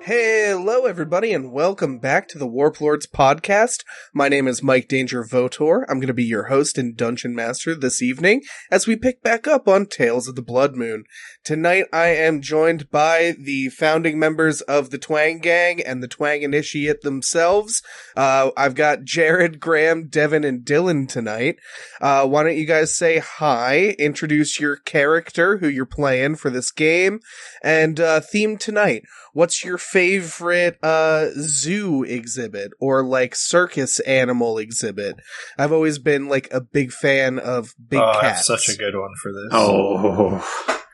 Hello, everybody, and welcome back to the Warp Lords podcast. My name is Mike Danger Votor. I'm going to be your host and dungeon master this evening as we pick back up on Tales of the Blood Moon. Tonight, I am joined by the founding members of the Twang Gang and the Twang Initiate themselves. Uh, I've got Jared, Graham, Devin, and Dylan tonight. Uh, why don't you guys say hi, introduce your character, who you're playing for this game, and uh, theme tonight what's your favorite uh zoo exhibit or like circus animal exhibit? I've always been like a big fan of big oh, I have cats. such a good one for this. Oh,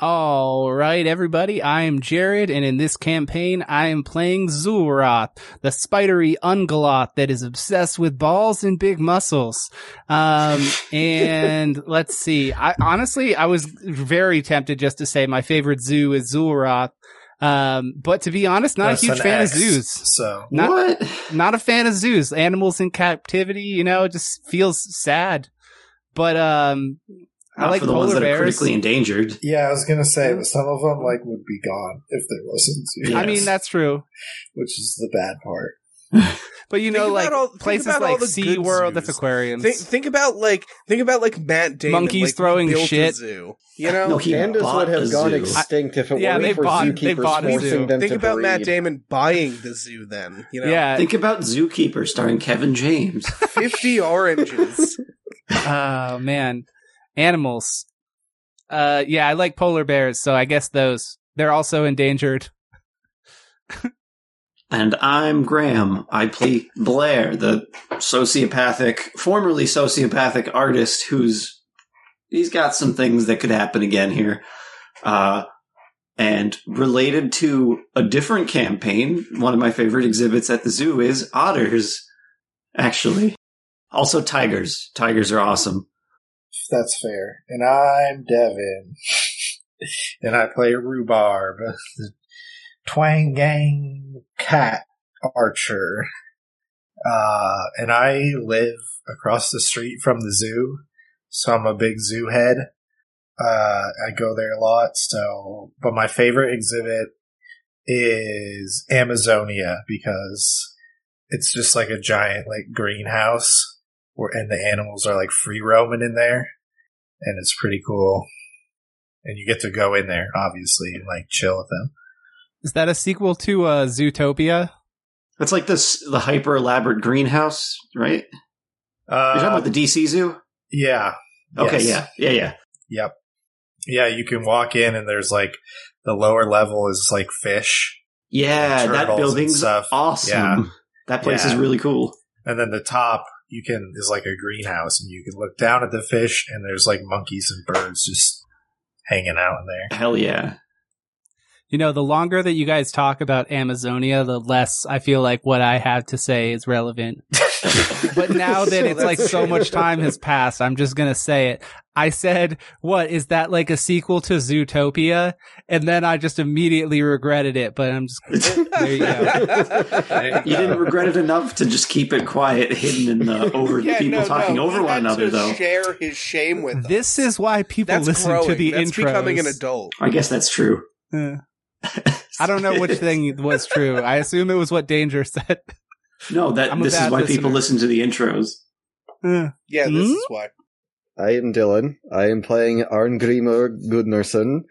All right, everybody. I am Jared, and in this campaign, I am playing Zulroth, the spidery ungoloth that is obsessed with balls and big muscles. Um, and let's see. I honestly, I was very tempted just to say my favorite zoo is Zulroth. Um, but to be honest, not That's a huge an fan X, of zoos. So Not- what? Not a fan of zoos. Animals in captivity, you know, it just feels sad. But, um, I Not like for the ones polar that are bears. critically endangered. yeah, I was gonna say, but some of them like would be gone if there wasn't to. I mean, that's true. which is the bad part. But you Think know, about like all- think places about all like the Sea good zoos. World, that's aquariums. Think, think about like think about like Matt Damon Monkeys like, throwing built a shit. zoo. You know, No, he Pandas bought would a have gone zoo. extinct if it Yeah, they weren't for bought- they bought zookeepers a zoo. forcing them think to about breed. Matt Damon buying the zoo. Then you know, yeah, Think about Zookeeper starring Kevin James. fifty oranges. oh man, animals. Uh, yeah, I like polar bears, so I guess those they're also endangered. and I'm Graham. I play Blair, the sociopathic, formerly sociopathic artist who's he's got some things that could happen again here. Uh, and related to a different campaign, one of my favorite exhibits at the zoo is otters. Actually, also tigers. Tigers are awesome. That's fair. And I'm Devin, and I play Rhubarb, the Twang Gang Cat Archer. Uh, and I live across the street from the zoo, so I'm a big zoo head. Uh, I go there a lot. So, but my favorite exhibit is Amazonia because it's just like a giant like greenhouse where, and the animals are like free roaming in there, and it's pretty cool. And you get to go in there, obviously, and like chill with them. Is that a sequel to uh, Zootopia? That's like this the hyper elaborate greenhouse, right? You're talking Uh, about the DC Zoo? yeah. Okay, Yes. yeah, yeah, yeah. Yep. Yeah, you can walk in, and there's like the lower level is like fish, Yeah, Turtles that and building's stuff. awesome. Yeah. That place Yeah. is really cool. and then the top you can is like a greenhouse, and you can look down at the fish, and there's like monkeys and birds just hanging out in there. Hell yeah. You know, the longer that you guys talk about Amazonia, the less I feel like what I have to say is relevant. But now that it's like so much time has passed, I'm just gonna say it. I said, "What is that like a sequel to Zootopia?" And then I just immediately regretted it. But I'm just there. You go. You didn't regret it enough to just keep it quiet, hidden in the over Yeah, people no, talking no, over he one had another, to though. Share his shame with us. This is why people That's listen growing. to the That's intros. becoming an adult. I guess that's true. Eh. I don't know which thing was true. I assume it was what Danger said. No, that I'm a this is bad why people listener. listen to the intros. Eh. Yeah, this Hmm? is why. I am Dylan. I am playing Arngrimur Gudnarsson.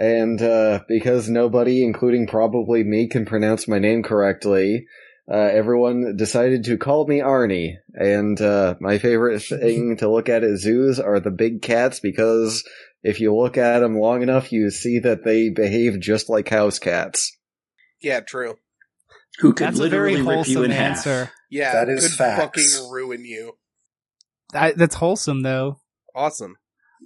And uh, because nobody, including probably me, can pronounce my name correctly, uh, everyone decided to call me Arnie. And uh, my favorite thing to look at at zoos are the big cats because if you look at them long enough, you see that they behave just like house cats. Yeah, true. Who could That's a very literally rip you wholesome in half. answer. Yeah, That is could facts. fucking ruin you. I, that's wholesome though. Awesome.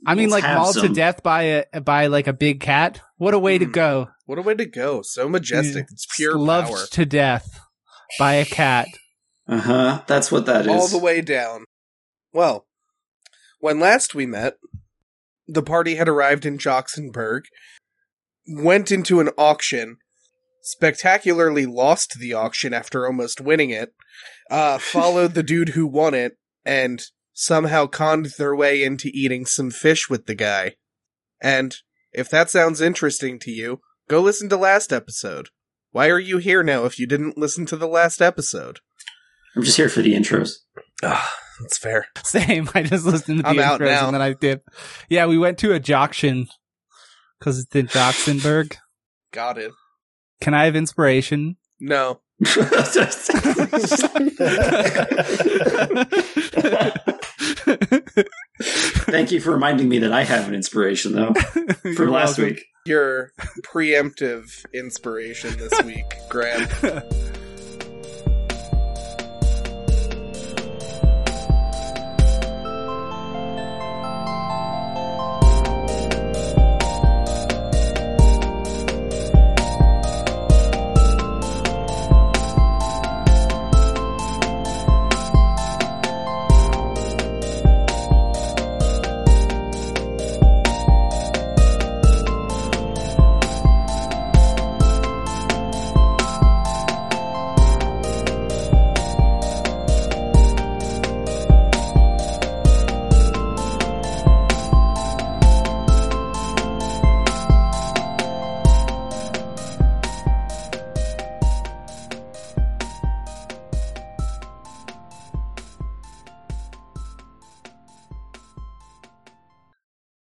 I mean, Let's like have mauled to some. death by a by like a big cat. What a way to Mm. go! What a way to go. So majestic. It's pure Loved power. to death by a cat. Uh huh. That's what that is. All the way down. Well, when last we met, the party had arrived in Joxenburg, went into an auction, spectacularly lost the auction after almost winning it, uh, followed the dude who won it, and somehow conned their way into eating some fish with the guy. And if that sounds interesting to you, go listen to last episode. Why are you here now if you didn't listen to the last episode? I'm just here for the intros. Ah, that's fair. Same. I just listened to the I'm out intros now. and then I did. Yeah, we went to a Joction because it's in Jocksonburg. Got it. Can I have inspiration? No. Thank you for reminding me that I have an inspiration though for You're last welcome. week. Your preemptive inspiration this week, Graham.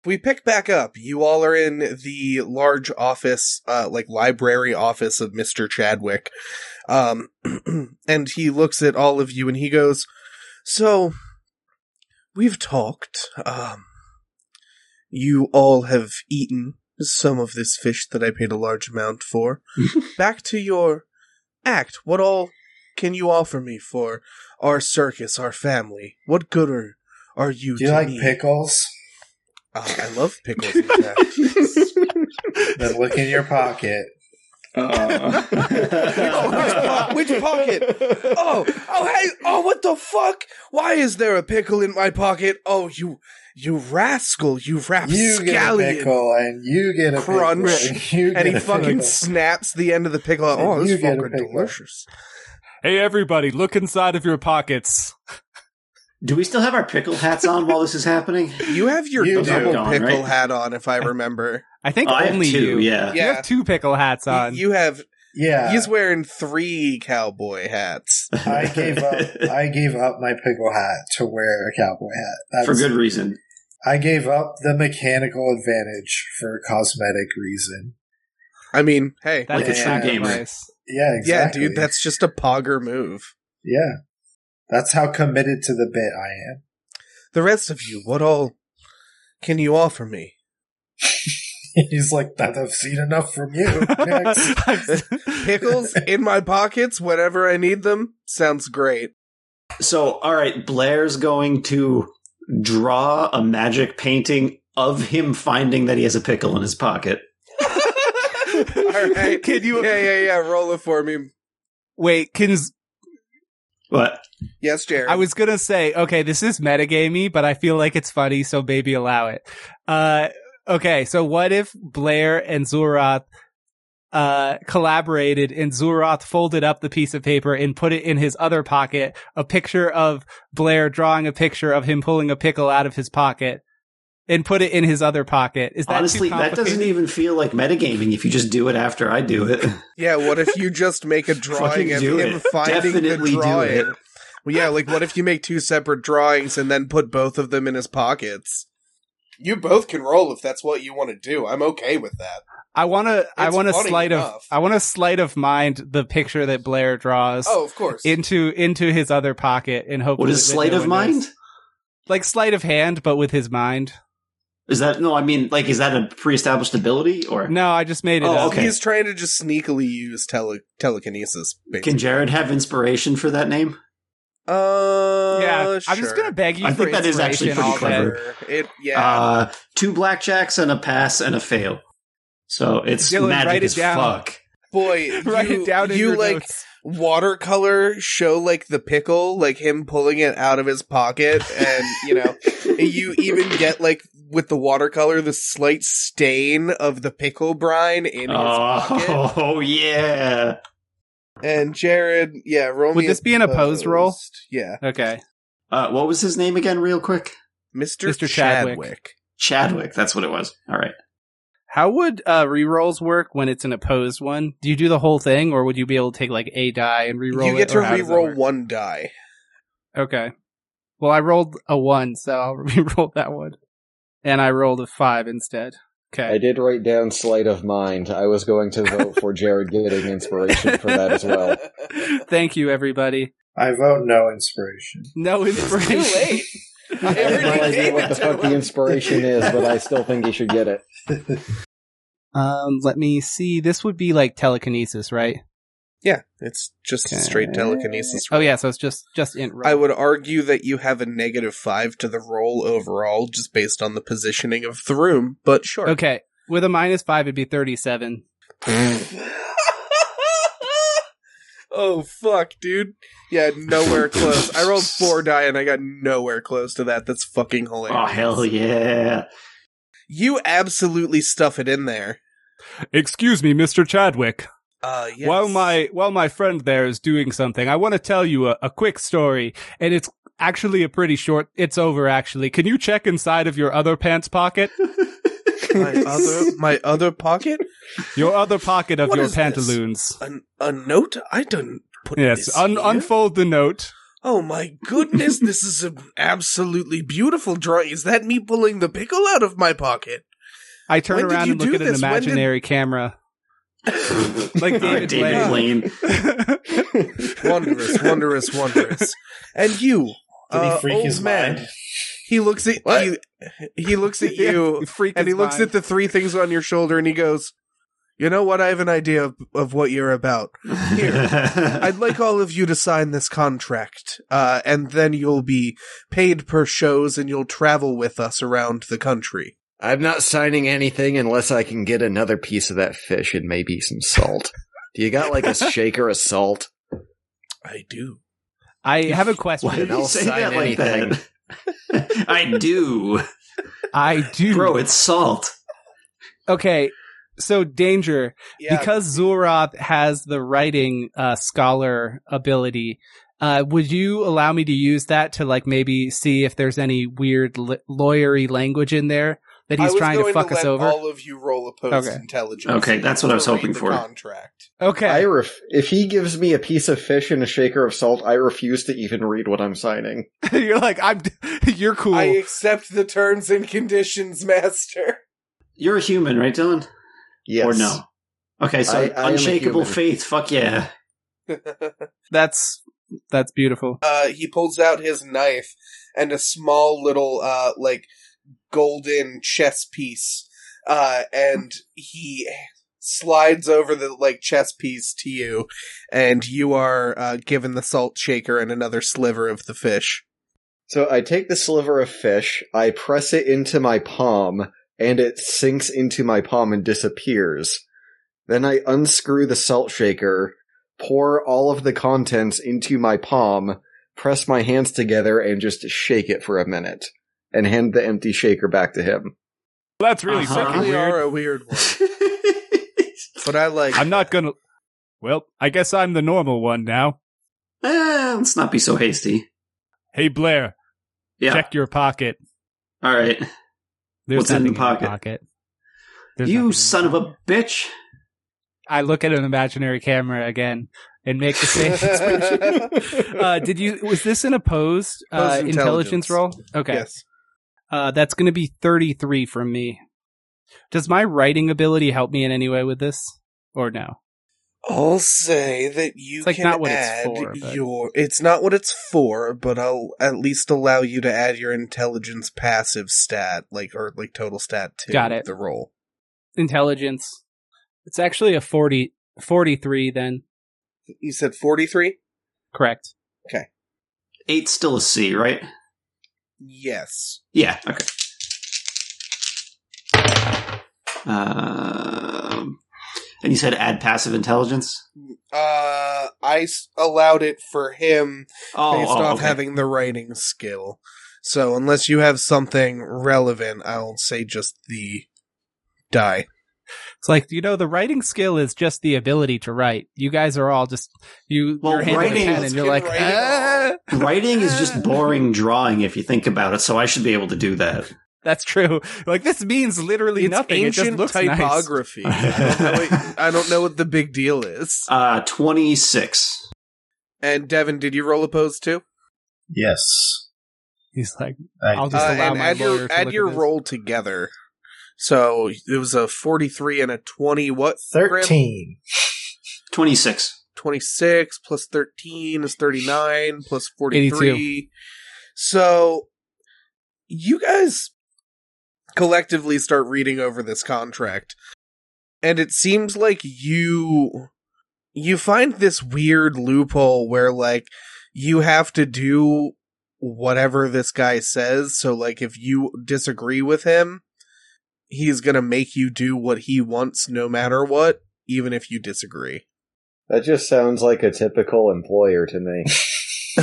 We pick back up. You all are in the large office, uh, like library office of Mr. Chadwick. Um, and he looks at all of you and he goes, So, we've talked. Um, you all have eaten some of this fish that I paid a large amount for. back to your act. What all can you offer me for our circus, our family? What good are, are you Do you to like me? pickles? Uh, I love pickles. In fact. Then look in your pocket. Uh, Oh, which, po- which pocket? Oh, oh, hey, oh, what the fuck? Why is there a pickle in my pocket? Oh, you, you rascal, you You get a rapscallion! pickle, and you get a Crunch. Pickle, and you And get he a fucking pickle. snaps the end of the pickle. out. Oh, And this you is get a fucking pickle. delicious. Hey, everybody, look inside of your pockets. Do we still have our pickle hats on while this is happening? You have your You do. double Gone, pickle right? hat on, if I remember. I think Oh, I have only two, you. yeah. You Yeah. have two pickle hats Y- on. You have. Yeah, He's wearing three cowboy hats. I gave up. I gave up my pickle hat to wear a cowboy hat That's- for good reason. I gave up the mechanical advantage for a cosmetic reason. I mean, hey, That's Like a true not gamer. advice. Yeah, exactly. yeah, dude, that's just a pogger move. yeah. That's how committed to the bit I am. The rest of you, what all can you offer me? He's like, that I've seen enough from you. Next. Pickles in my pockets whenever I need them? Sounds great. So, all right, Blair's going to draw a magic painting of him finding that he has a pickle in his pocket. All right. Can you Yeah, yeah, yeah. Roll it for me. wait? Can But Yes, Jared. I was gonna say, okay, this is metagamey, but I feel like it's funny, so maybe allow it. Uh, okay, so what if Blair and Zurath uh collaborated and Zurath folded up the piece of paper and put it in his other pocket, a picture of Blair drawing a picture of him pulling a pickle out of his pocket and put it in his other pocket. Is that honestly, too that doesn't complicated? even feel like metagaming if you just do it after I do it. yeah, what if you just make a drawing Fucking of do him it. finding Definitely the do drawing? it. Well, yeah, like what if you make two separate drawings and then put both of them in his pockets? You both can roll if that's what you want to do. I'm okay with that. I wanna I It's wanna funny sleight of enough. I wanna sleight of mind the picture that Blair draws. Oh, of course. into into his other pocket and hope. what is that sleight no of one mind? knows. Like sleight of hand, but with his mind. Is that no? I mean, like, is that a pre-established ability or No, I just made it Oh, up. okay. He's trying to just sneakily use tele- telekinesis. can Basically. Jared have inspiration for that name? uh, yeah, I'm sure. just gonna beg you I for think that is actually inspiration pretty all day. clever. It yeah. Uh, two blackjacks and a pass and a fail. So it's Dylan, write magic it as down. fuck. Boy, Write you, it down in you your like notes. watercolor show like the pickle, like him pulling it out of his pocket, and you know, you even get like with the watercolor the slight stain of the pickle brine in his pocket. Oh, yeah. And Jared, yeah, roll Would me this a be an opposed roll? post. Yeah, Okay, Uh, what was his name again, real quick? Mister Mr. Mr. Chadwick. Chadwick. Chadwick. That's what it was. All right. How would uh, rerolls work when it's an opposed one? Do you do the whole thing, or would you be able to take like a die and reroll? you get it, to or how does that re-roll work? one die. Okay. Well, I rolled a one, so I'll re-roll that one, and I rolled a five instead. I Okay. did write down sleight of mind. I was going to vote for Jared getting inspiration for that as well. Thank you, everybody. I vote no inspiration. No inspiration. late. I have already no idea gave what it the to fuck the him. inspiration is, but I still think he should get it. Um, let me see. This would be like telekinesis, right? Yeah, it's just straight Okay. telekinesis. Oh yeah, so it's just just int. Roll. I would argue that you have a negative five to the roll overall, just based on the positioning of the room. But sure. Okay, with a minus five, it'd be thirty-seven. oh fuck, dude. Yeah, nowhere close. I rolled four die and I got nowhere close to that. That's fucking hilarious. Oh hell yeah! You absolutely stuff it in there. Excuse me, Mister Chadwick. Uh, yes. While my while my friend there is doing something, I want to tell you a, a quick story, and it's actually a pretty short. It's over actually. Can you check inside of your other pants pocket, my other my other pocket, your other pocket of What your is this? pantaloons? a, a note. I didn't put Yes, this un- here. unfold the note. Oh my goodness, this is an absolutely beautiful drawing. Is that me pulling the pickle out of my pocket? I turn When did around you and look do at an this? When did- imaginary camera. Like like David, David David Blaine. Blaine. Wondrous, wondrous, wondrous. And you, Did uh, he freak old his man, mind? he looks at What? you. He looks at you, freak and he looks at the three things on your shoulder, and he goes, "You know what? I have an idea of, of what you're about. I'd like all of you to sign this contract, uh, and then you'll be paid per shows, and you'll travel with us around the country." I'm not signing anything unless I can get another piece of that fish and maybe some salt. Do you got like a shaker of salt? I do. I have a question. Why did I'll he say sign that like anything. that? I do, I do. bro. It's salt. Okay, so danger. because Zulroth has the writing uh, scholar ability, uh, would you allow me to use that to like maybe see if there's any weird l- lawyery language in there that I he's was trying to going fuck us let over? All of you roll opposed Okay. intelligence. Okay, that's what I was to read hoping the for. Contract. okay, I ref- if he gives me a piece of fish and a shaker of salt, I refuse to even read what I'm signing. you're like I'm. You're cool. I accept the terms and conditions, Master. You're a human, right, Dylan? Yes. Or no? Okay, so I- I am a unshakable human. faith. Fuck yeah. that's that's beautiful. uh, he pulls out his knife and a small little uh, like golden chess piece, uh, and he slides over the like chess piece to you, and you are uh, given the salt shaker and another sliver of the fish. So I take the sliver of fish, I press it into my palm, and it sinks into my palm and disappears. Then I unscrew the salt shaker, pour all of the contents into my palm, press my hands together, and just shake it for a minute, and hand the empty shaker back to him. That's really Uh-huh. fucking Certainly are a weird one, but I like. not gonna. Well, I guess I'm the normal one now. Eh, let's not be so hasty. Hey Blair, Yeah. your pocket. All right. What's in the nothing your pocket? There's nothing in you your son of pocket. a bitch. I look at an imaginary camera again and make the same expression. uh, did you? Was this an opposed uh, Opposed intelligence intelligence. roll? Okay, Yes. uh, that's going to be thirty-three from me. Does my writing ability help me in any way with this, or no? I'll say that you It's like can not what it's add for, but- your. It's not what it's for, but I'll at least allow you to add your intelligence passive stat, like or like total stat to Got it. the roll. Intelligence. It's actually a 40, 43 Then You said forty three. correct. Eight's still a C, right? Yes. Yeah. Okay. Um, and you said add passive intelligence. Uh, I s- allowed it for him Oh, based oh, off okay. having the writing skill. So unless you have something relevant, I'll say just the die. It's like you know the writing skill is just the ability to write. You guys are all just you. Well, you're handing writing- a pen Let's and you're get like. writing on. "Ah." Writing is just boring drawing if you think about it, so I should be able to do that. That's true. Like this means literally it's nothing. It just ancient looks nice. typography. I, don't know what, I don't know what the big deal is. Uh, 26. And Devin, did you roll a pose too? Yes. He's like, I I'll did. just Uh, allow and my add lawyer your to add look your at this. roll together. So it was a forty-three and a twenty. What? Graham? 13. 26. 26 plus 13 is 39 plus 43. So you guys collectively start reading over this contract and it seems like you you find this weird loophole where like you have to do whatever this guy says so like if you disagree with him he's going to make you do what he wants no matter what even if you disagree That just sounds like a typical employer to me.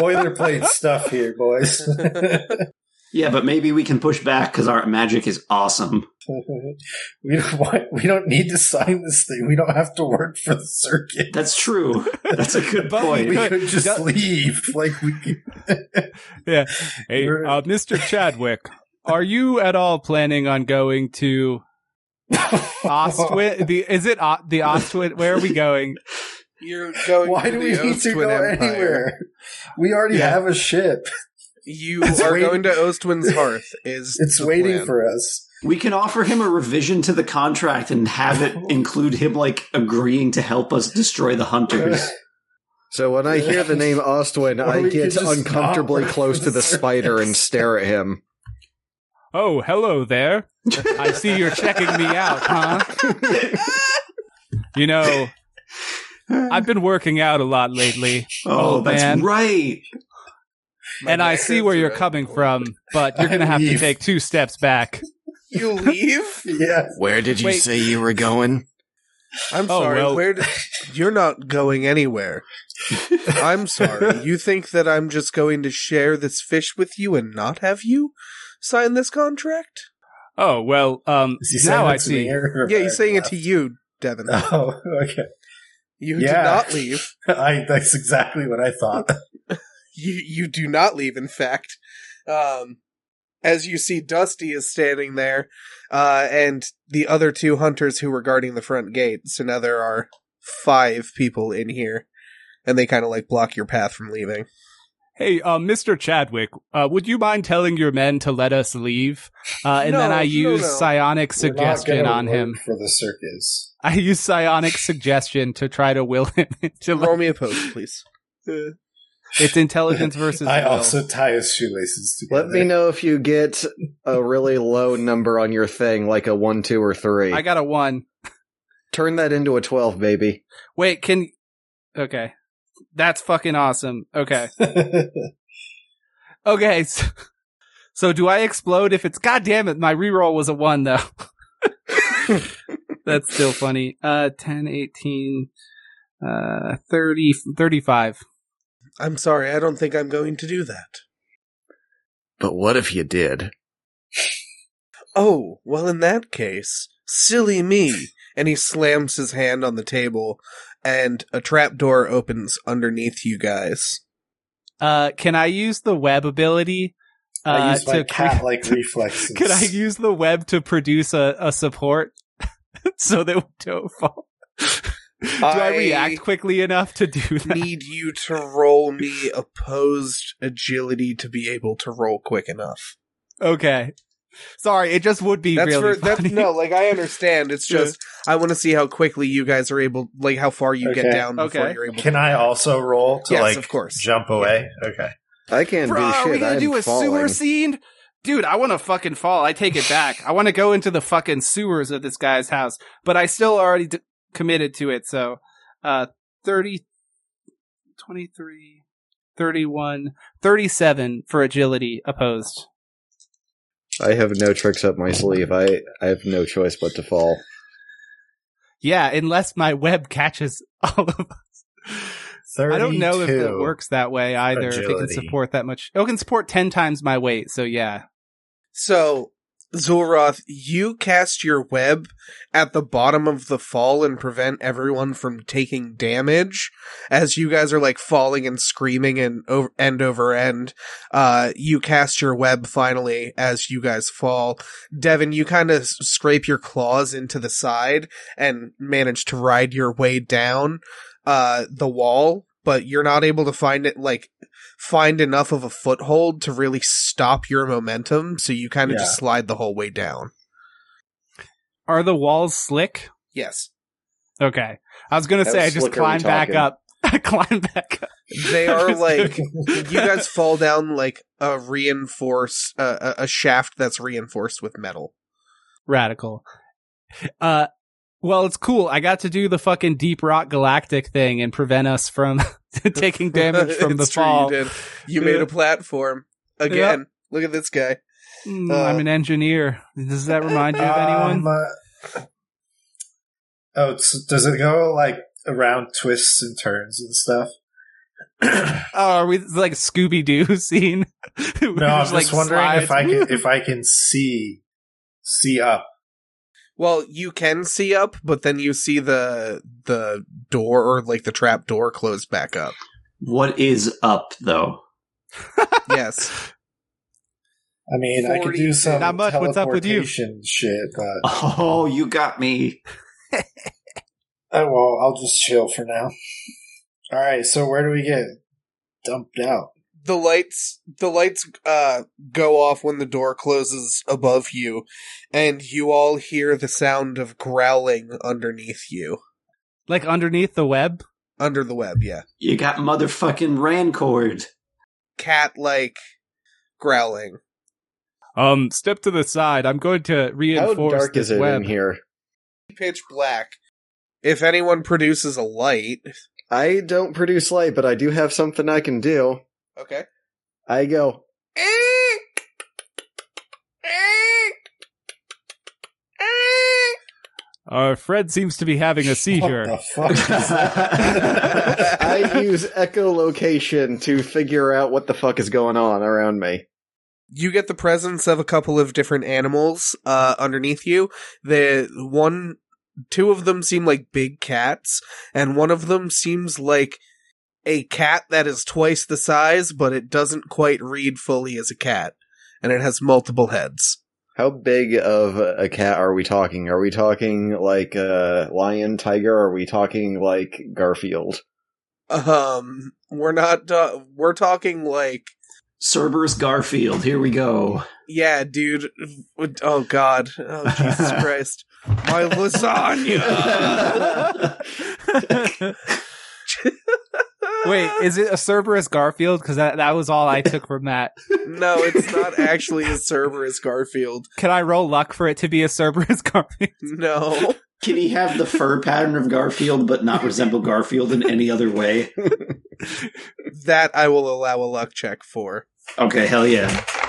Boilerplate stuff here, boys. Yeah, but maybe we can push back because our magic is awesome. we don't want, we don't need to sign this thing. We don't have to work for the circuit. That's true. That's a good But point. We Good. could just Go- leave. Like we could. Yeah. Hey, You're- uh, Mr. Chadwick, are you at all planning on going to Ostwit? The, is it o- the Ostwit? Where are we going? You're going. Why to do the we need to Ostwind go Empire. anywhere? We already Yeah. have a ship. You It's are waiting- going to Ostwind's Hearth. Is It's the waiting plan. for us. We can offer him a revision to the contract and have it include him like agreeing to help us destroy the hunters. So when I hear the name Ostwin, Or I we could get just not uncomfortably work close for to the the spider and circus. stare at him. Oh, hello there. I see you're checking me out, huh? You know, I've been working out a lot lately, oh, Oh, that's man. right. My and I see where parents you're are coming out. from, but you're going to I have to leave. take two steps back. You leave? Yeah. Where did you Wait. say you were going? I'm Oh, sorry. well. Where? Did... You're not going anywhere. I'm sorry. You think that I'm just going to share this fish with you and not have you sign this contract? Oh, well, um, Is he saying now that I to me see. or- Yeah, he's saying it to you, Devin. Oh, okay. You Yeah. do not leave. I, that's exactly what I thought. you you do not leave in fact um as you see dusty is standing there uh and the other two hunters who were guarding the front gate so now there are five people in here and they kind of like block your path from leaving Hey, uh, Mr. Chadwick, uh, would you mind telling your men to let us leave? Uh, and then No, I no, use no. psionic We're not suggestion gonna on work him. for the circus. I use psionic suggestion to try to will him to. roll me a post please it's intelligence versus. I will. also tie his shoelaces together. Let me know if you get a really low number on your thing, like a one, two, or three. I got a one. Turn that into a twelve, baby. Wait, can? Okay, that's fucking awesome. Okay, okay. So, so do I explode if it's? God damn it! My reroll was a one though. that's still funny. Uh, 10, 18, uh, 30, 35. i'm sorry i don't think i'm going to do that But what if you did? oh well in that case silly me and he slams his hand on the table and a trap door opens underneath you guys Uh, can I use the web ability? Uh, I use my to cat cre- like reflexes. Can I use the web to produce a, a support so that we don't fall? do I- I... react quickly enough to do that? need you to roll me opposed agility to be able to roll quick enough. Okay. Sorry, it just would be That's for really that's funny. no, like I understand. It's Yeah. just I want to see how quickly you guys are able, like how far you get Okay. down before Okay. you're able. Can I also roll to yes, like of course. jump away? Okay. I can't Bro, do shit. are we gonna I'm do a falling. sewer scene? Dude, I want to fucking fall. I take it back. I want to go into the fucking sewers of this guy's house, but I still already d- committed to it. So, uh, 30, 23, 31, 37 for agility opposed. I have no tricks up my sleeve. I I have no choice but to fall. Yeah, unless my web catches all of us. 32. I don't know if it works that way either. If it can Agility. support that much, it can support 10 times my weight. So, yeah. So Zulroth, you cast your web at the bottom of the fall and prevent everyone from taking damage. As you guys are like falling and screaming and over, end over end, uh, you cast your web finally as you guys fall. Devin, you kind of scrape your claws into the side and manage to ride your way down, uh, the wall, but you're not able to find it like find enough of a foothold to really stop your momentum, so you kind of Yeah. just slide the whole way down. Are the walls slick? Yes. Okay. I was gonna How say I just slick are we climb back talking? up. climb back up. They are Just like you guys fall down like a reinforce uh, a a shaft that's reinforced with metal. Radical. Uh well, it's cool. I got to do the fucking Deep Rock Galactic thing and prevent us from taking damage from the It's true, fall. You, did. you made Yeah. a platform again. Look at this guy. Mm, Uh, I'm an engineer. Does that remind you of anyone? Um, uh, oh, it's, does it go like around twists and turns and stuff? Oh, are we it's like Scooby Doo scene? No, I'm just wondering if I can if I can see see up. Well, you can see up, but then you see the the door or like the trap door close back up. What is up, though? yes. I mean, I could 40, do some not much. What's up with you? teleportation shit, but Oh, you got me. oh well, I'll just chill for now. All right, so where do we get dumped out? the lights the lights uh go off when the door closes above you and you all hear the sound of growling underneath you like underneath the web. under the web yeah You got motherfucking Rancord. cat like growling Um, step to the side. I'm going to How reinforce dark this is it web. in here? pitch black if anyone produces a light I don't produce light, but I do have something I can do. okay I go, Our Uh, Fred seems to be having a seizure. What the fuck? is that? I use echolocation to figure out what the fuck is going on around me. you get the presence of a couple of different animals uh, underneath you. The one, two of them seem like big cats, and one of them seems like a cat that is twice the size, but it doesn't quite read fully as a cat, and it has multiple heads. How big of a cat are we talking? Are we talking like a lion, tiger? Are we talking like Garfield? Um, we're not. Uh, we're talking like, Cerberus Garfield, here we go. yeah, dude. Oh God. Oh Jesus Christ. My lasagna. Wait, is it a Cerberus Garfield? Because that, that was all I took from that. No, it's not actually a Cerberus Garfield. Can I roll luck for it to be a Cerberus Garfield? No. Can he have the fur pattern of Garfield but not resemble Garfield in any other way? That I will allow a luck check for. Okay, hell yeah.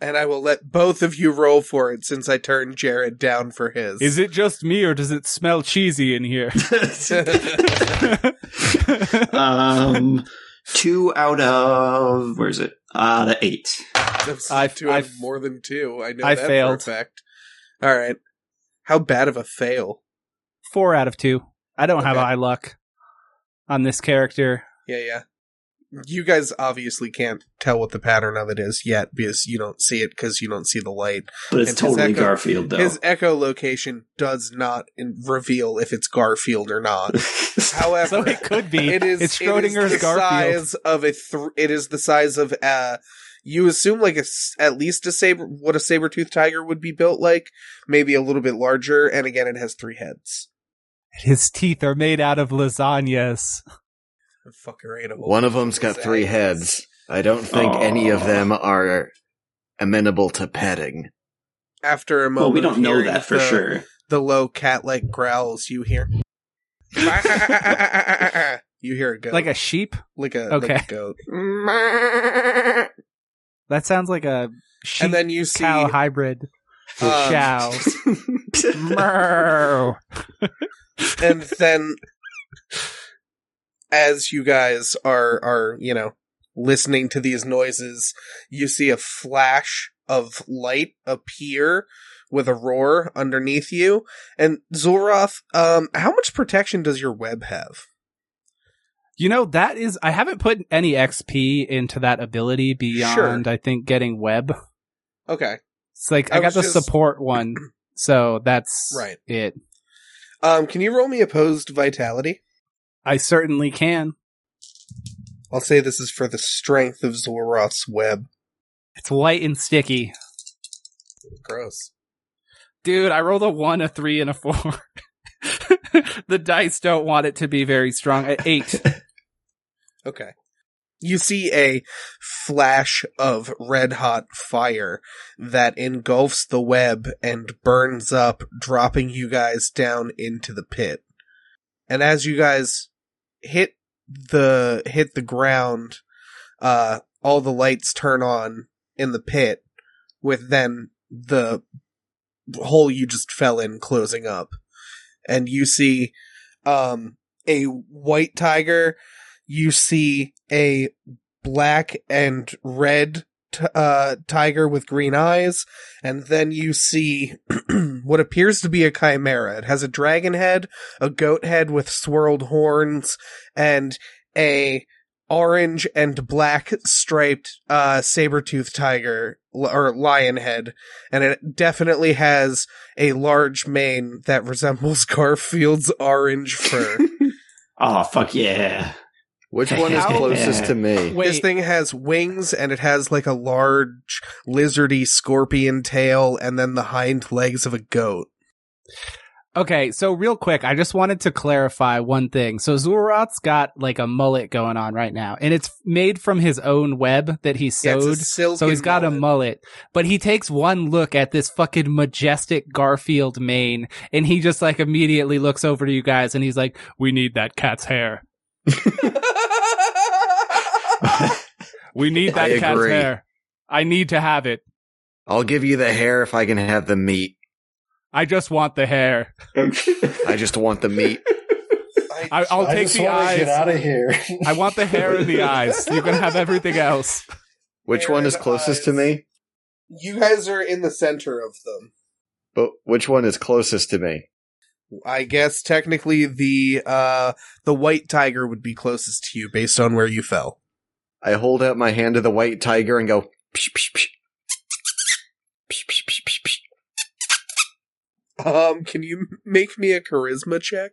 And I will let both of you roll for it since I turned Jared down for his. Is it just me, or does it smell cheesy in here? um, two out of where's it? Out of eight. I, I- two out I- of more than two. I know I that failed. for a fact. All right. How bad of a fail? Four out of two. I don't have Okay. high luck on this character. Yeah, yeah. You guys obviously can't tell what the pattern of it is yet because you don't see it because you don't see the light. But it's And his totally echo- Garfield though. His echolocation does not in- reveal if it's Garfield or not. However, So it could be. It is It's it is Schrodinger's the Garfield. size of a thr it is the size of uh you assume like a s at least a saber what a saber tooth tiger would be built like, maybe a little bit larger and again it has three heads. His teeth are made out of lasagnas. Fucker ate a whole One of them's got three heads. I don't think any of them are amenable to petting. After a moment well, we don't of know hearing that for the- sure. The low cat like growls you hear. you hear a goat. Like a sheep? like a like okay. a goat. That sounds like a sheep And then you see cow hybrid. um, Chow. Meow. and then as you guys are are you know listening to these noises you see a flash of light appear with a roar underneath you. And Zoroth, um, how much protection does your web have? You know, that is, I haven't put any XP into that ability beyond, I think, getting web. Okay. It's like, I I, got was the just- support one. So that's Right. it. Um, can you roll me opposed vitality? I certainly can. I'll say this is for the strength of Zoroth's web. It's white and sticky. Gross. Dude, I rolled a one, a three, and a four. the dice don't want it to be very strong. At eight. Okay. You see a flash of red hot fire that engulfs the web and burns up, dropping you guys down into the pit. And as you guys hit the hit the ground, uh, all the lights turn on in the pit, with then the hole you just fell in closing up, and you see um, a white tiger you see a black and red t- uh, tiger with green eyes, and then you see what appears to be a chimera. It has a dragon head, a goat head with swirled horns, and a orange and black striped uh, saber-toothed tiger l- or lion head and it definitely has a large mane that resembles garfield's orange fur Oh, fuck yeah. Which one is How- closest to me? Wait, This thing has wings and it has like a large lizardy scorpion tail and then the hind legs of a goat. Okay, so real quick, I just wanted to clarify one thing. So Zoroth's got like a mullet going on right now, and it's made from his own web that he Yeah, it's a sewed. silken so he's got a mullet. mullet, but he takes one look at this fucking majestic Garfield mane, and he just like immediately looks over to you guys, and he's like, "We need that cat's hair. We need that I cat's agree. hair. I need to have it. I'll give you the hair if I can have the meat. I just want the hair. I just want the meat. I, I'll I take just the wanna Get eyes. out of here. I want the hair and the eyes. You can have everything else." Which one is Hair and closest to eyes. me? You guys are in the center of them. But which one is closest to me? I guess technically the uh the white tiger would be closest to you based on where you fell. I hold out my hand to the white tiger and go. Psh, psh, psh. Psh, psh, psh, psh, psh. Um can you make me a charisma check?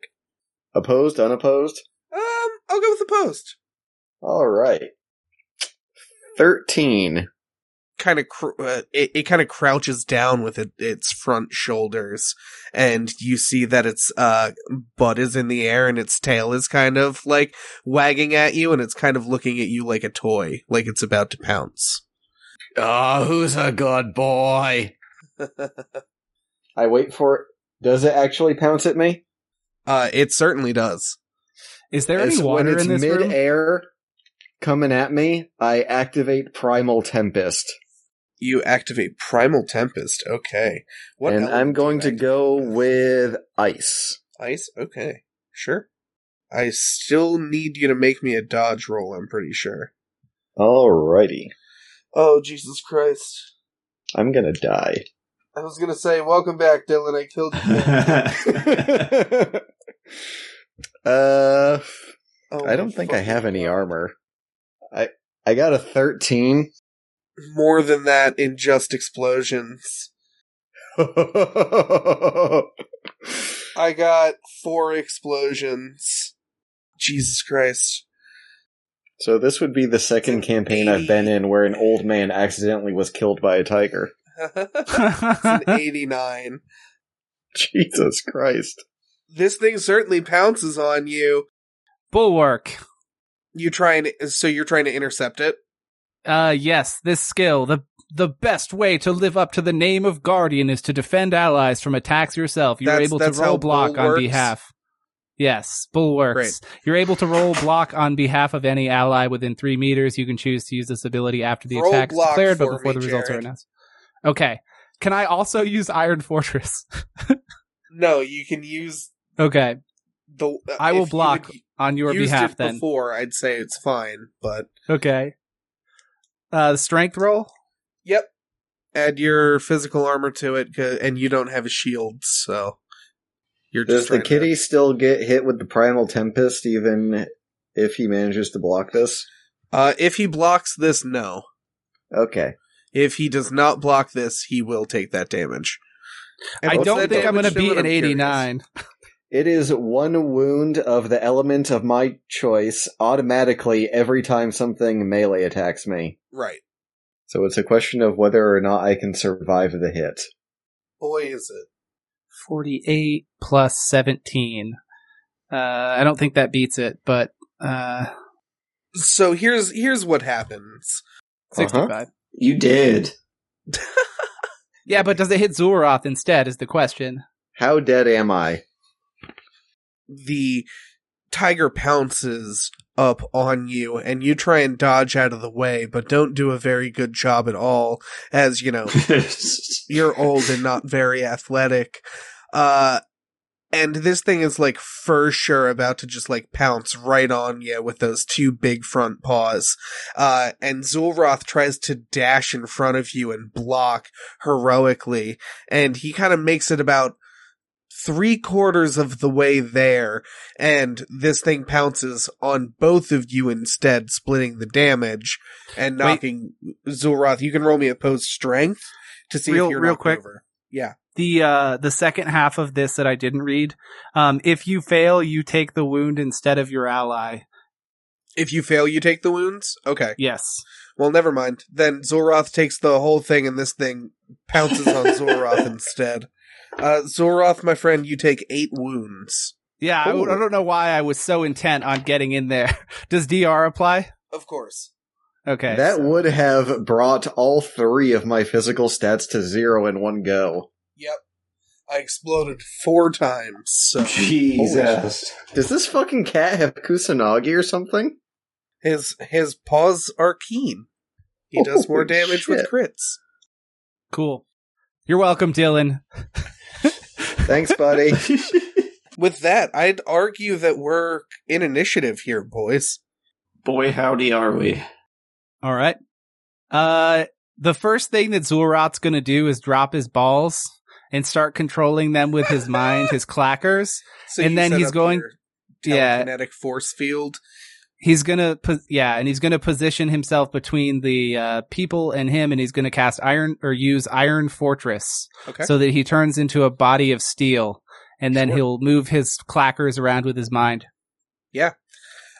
Opposed? Unopposed? Um I'll go with the post. All right. Thirteen. kind of cr- uh, it, it kind of crouches down with it, its front shoulders and you see that its uh butt is in the air and its tail is kind of like wagging at you and it's kind of looking at you like a toy like it's about to pounce Ah, who's a good boy? I wait for it. Does it actually pounce at me? uh it certainly does Is there It's any when water it's in this room? mid-air coming at me, I activate Primal Tempest, you activate primal tempest okay and element do I'm you going to activate? go with ice. ice okay sure i still need you to make me a dodge roll i'm pretty sure Alrighty, oh jesus christ I'm gonna die. i was gonna say welcome back dylan i killed uh, Oh I my don't think I fucking have any God. armor. I I got a thirteen. More than that in just explosions. I got four explosions. Jesus Christ. so this would be the second campaign I've been in where an old man accidentally was killed by a tiger. it's an 89. Jesus Christ. This thing certainly pounces on you. Bulwark. You try and so you're trying to intercept it. Uh, yes, this skill. The the best way to live up to the name of guardian is to defend allies from attacks yourself. You're That's- able to that's how roll block on bulwarks- behalf. Yes, bulwarks. You're able to roll block on behalf of any ally within three meters. You can choose to use this ability after the Roll attack is block declared, but for before me, the results Jared. are announced. Okay. Can I also use Iron Fortress? No, you can use okay, the uh, I will if you block had on your used behalf it then. before I'd say it's fine, but Okay. Uh, strength roll. yep. add your physical armor to it, 'ca- and you don't have a shield, so you're just Does the trying to- kitty still get hit with the primal tempest even if he manages to block this? Uh, if he blocks this, no. Okay. If he does not block this, he will take that damage. And I what's don't that think I'm going damage to doing? beat an curious. 89. It is one wound of the element of my choice automatically every time something melee attacks me. Right. So it's a question of whether or not I can survive the hit. Boy, is it. 48 plus 17. Uh, I don't think that beats it, but uh, So here's here's what happens. 65. You did. Yeah, but does it hit Zulroth instead is the question. How dead am I? The tiger pounces up on you, and you try and dodge out of the way, but don't do a very good job at all. As you know, you're old and not very athletic. Uh, and this thing is like for sure about to just like pounce right on you with those two big front paws. Uh, and Zulroth tries to dash in front of you and block heroically. And he kind of makes it about three quarters of the way there. And this thing pounces on both of you instead, splitting the damage and Wait. knocking Zulroth. You can roll me opposed strength to see Real- if you're real knocked quick. over. Yeah. The uh, the second half of this that I didn't read. Um, if you fail, you take the wound instead of your ally. If you fail, you take the wounds? Okay. Yes. Well, never mind. Then Zoroth takes the whole thing, and this thing pounces on Zoroth instead. Uh, Zoroth, my friend, you take eight wounds. Yeah, I, Cool. I don't know why I was so intent on getting in there. Does DR apply? Of course. Okay. that would have brought all three of my physical stats to zero in one go. Yep. I exploded four times, so Jesus. Does this fucking cat have Kusanagi or something? his his paws are keen. He does more Holy damage with shit. crits. cool. You're welcome, Dylan. Thanks, buddy. With that, I'd argue that we're in initiative here, boys. Boy, howdy, are we? All right. Uh, the first thing that Zulroth's going to do is drop his balls and start controlling them with his mind, his clackers. So And you then set he's up going- your Yeah. telekinetic force field. He's going to, po- yeah, and he's going to position himself between the uh, people and him, and he's going to cast iron or use Iron Fortress Okay. so that he turns into a body of steel. And then Sure. he'll move his clackers around with his mind.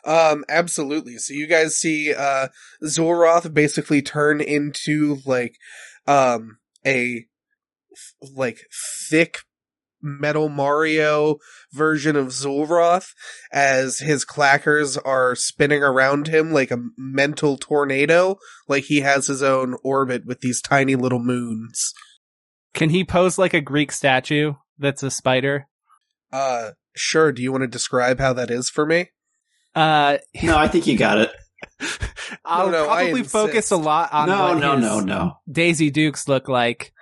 Um, absolutely. So you guys see uh Zoroth basically turn into like um a f- like thick metal Mario version of Zulroth as his clackers are spinning around him like a mental tornado, like he has his own orbit with these tiny little moons. Can he pose like a Greek statue that's a spider? Uh sure, do you want to describe how that is for me? Uh, No, I think you got it. I'll no, I probably focus insist. a lot on no, what no, his- no, no. Daisy Dukes look like.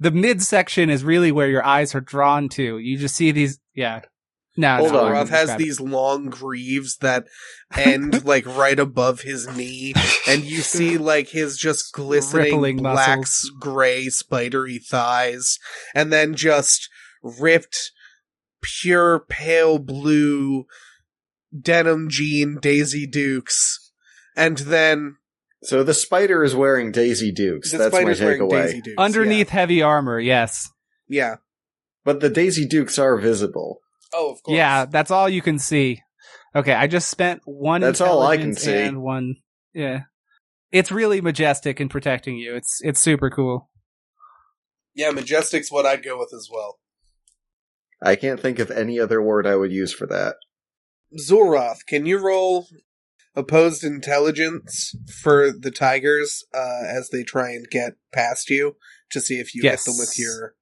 The midsection is really where your eyes are drawn to. You just see these, yeah. No, Hold no, on. I'm Roth has describing- these long greaves that end like right above his knee, and you see like his just glistening Rippling black, muscles. gray, spidery thighs, and then just ripped, pure pale blue denim jean Daisy Dukes, and then so the spider is wearing Daisy Dukes. the That's my spider's wearing Daisy takeaway. Dukes underneath heavy armor. Yes, Yeah. yeah. But the Daisy Dukes are visible. Oh, of yeah, that's all you can see. Okay, I just spent one. That's all I can intelligence And see. one, yeah. It's really majestic in protecting you. It's it's super cool. yeah. Majestic's what I'd go with as well. I can't think of any other word I would use for that. Zoroth, can you roll opposed intelligence for the tigers uh, as they try and get past you to see if you Yes. hit them with your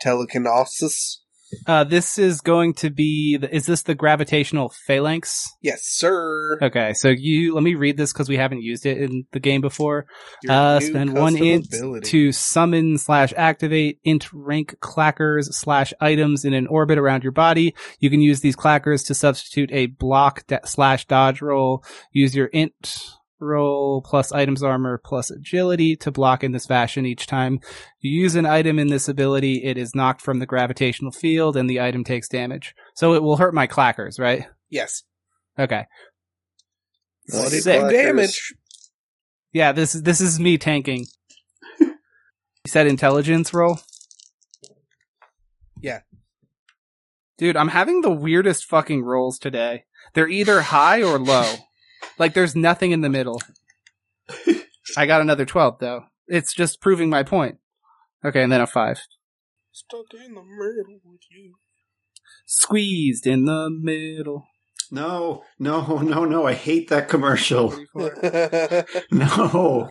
telekinesis? Uh, this is going to be. The, is this the gravitational phalanx? Yes, sir. Okay, so you let me read this because we haven't used it in the game before. Your Uh, new spend one custom int ability. to summon slash activate int rank clackers slash items in an orbit around your body. You can use these clackers to substitute a block da- slash dodge roll. Use your int roll plus items armor plus agility to block in this fashion each time you use an item in this ability it is knocked from the gravitational field and the item takes damage so it will hurt my clackers right Yes. okay What Sick. is damage? yeah this is this is me tanking you said intelligence roll Yeah. dude i'm having the weirdest fucking rolls today they're either high or low like there's nothing in the middle i got another 12 though it's just proving my point okay and then a 5 Stuck in the middle with you. squeezed in the middle No, no, no, no. I hate that commercial. 44. No.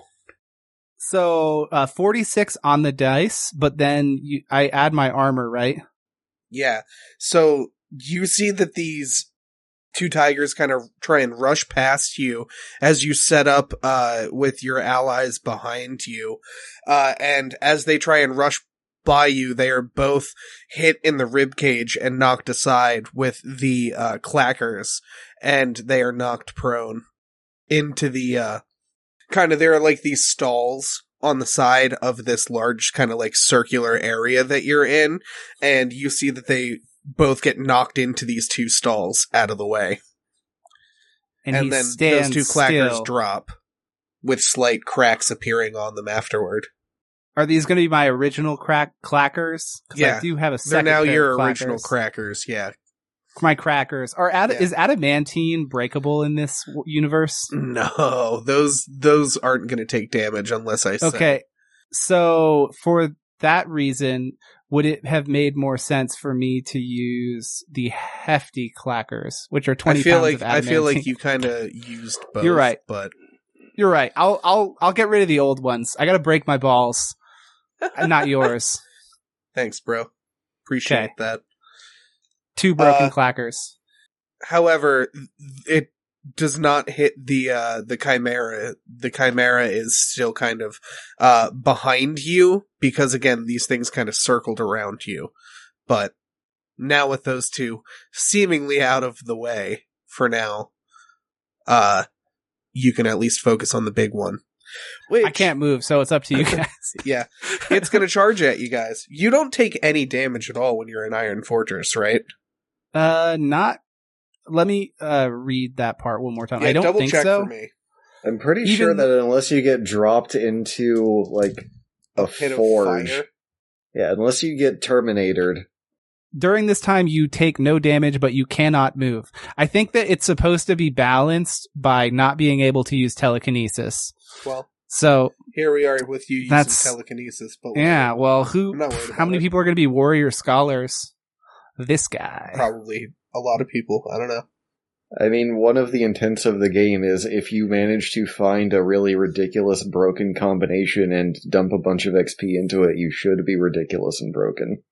so uh 46 on the dice but then you, i add my armor right yeah. So you see that these two tigers kind of try and rush past you as you set up uh, with your allies behind you. Uh, and as they try and rush by you, they are both hit in the rib cage and knocked aside with the uh, clackers, and they are knocked prone into the uh, kind of there are like these stalls on the side of this large kind of like circular area that you're in and you see that they both get knocked into these two stalls out of the way and, then he those stands two clackers still. drop with slight cracks appearing on them afterward Are these going to be my original crack clackers? 'Cause I Yeah. do have they're a second. now pair your of original clackers. crackers yeah My crackers are ad- Yeah. Mm, is adamantine breakable in this w- universe? no those those aren't going to take damage unless i say. Okay, so for that reason, would it have made more sense for me to use the hefty clackers, which are i twenty feel pounds like of i adamantine? feel like you kind of used both You're right. but You're right. I'll I'll I'll get rid of the old ones. I got to break my balls, and not yours. thanks bro appreciate Okay. that Two broken Uh, clackers. however th- it does not hit the uh the chimera the chimera is still kind of uh behind you because again these things kind of circled around you but now with those two seemingly out of the way for now uh you can at least focus on the big one which I can't move, so it's up to you guys. yeah it's going to charge at you guys you don't take any damage at all when you're in iron fortress right Uh, not. Let me uh read that part one more time. Yeah, I don't double think check so. for me I'm pretty Even- sure that unless you get dropped into like a pit of forge, fire yeah, unless you get terminated, During this time, you take no damage, but you cannot move. I think that it's supposed to be balanced by not being able to use telekinesis. well So Here we are with you using That's- telekinesis, but yeah, well, who? I'm not worried How about many it. people are going to be warrior scholars? This guy. probably a lot of people. I don't know. I mean, one of the intents of the game is if you manage to find a really ridiculous broken combination and dump a bunch of XP into it, you should be ridiculous and broken.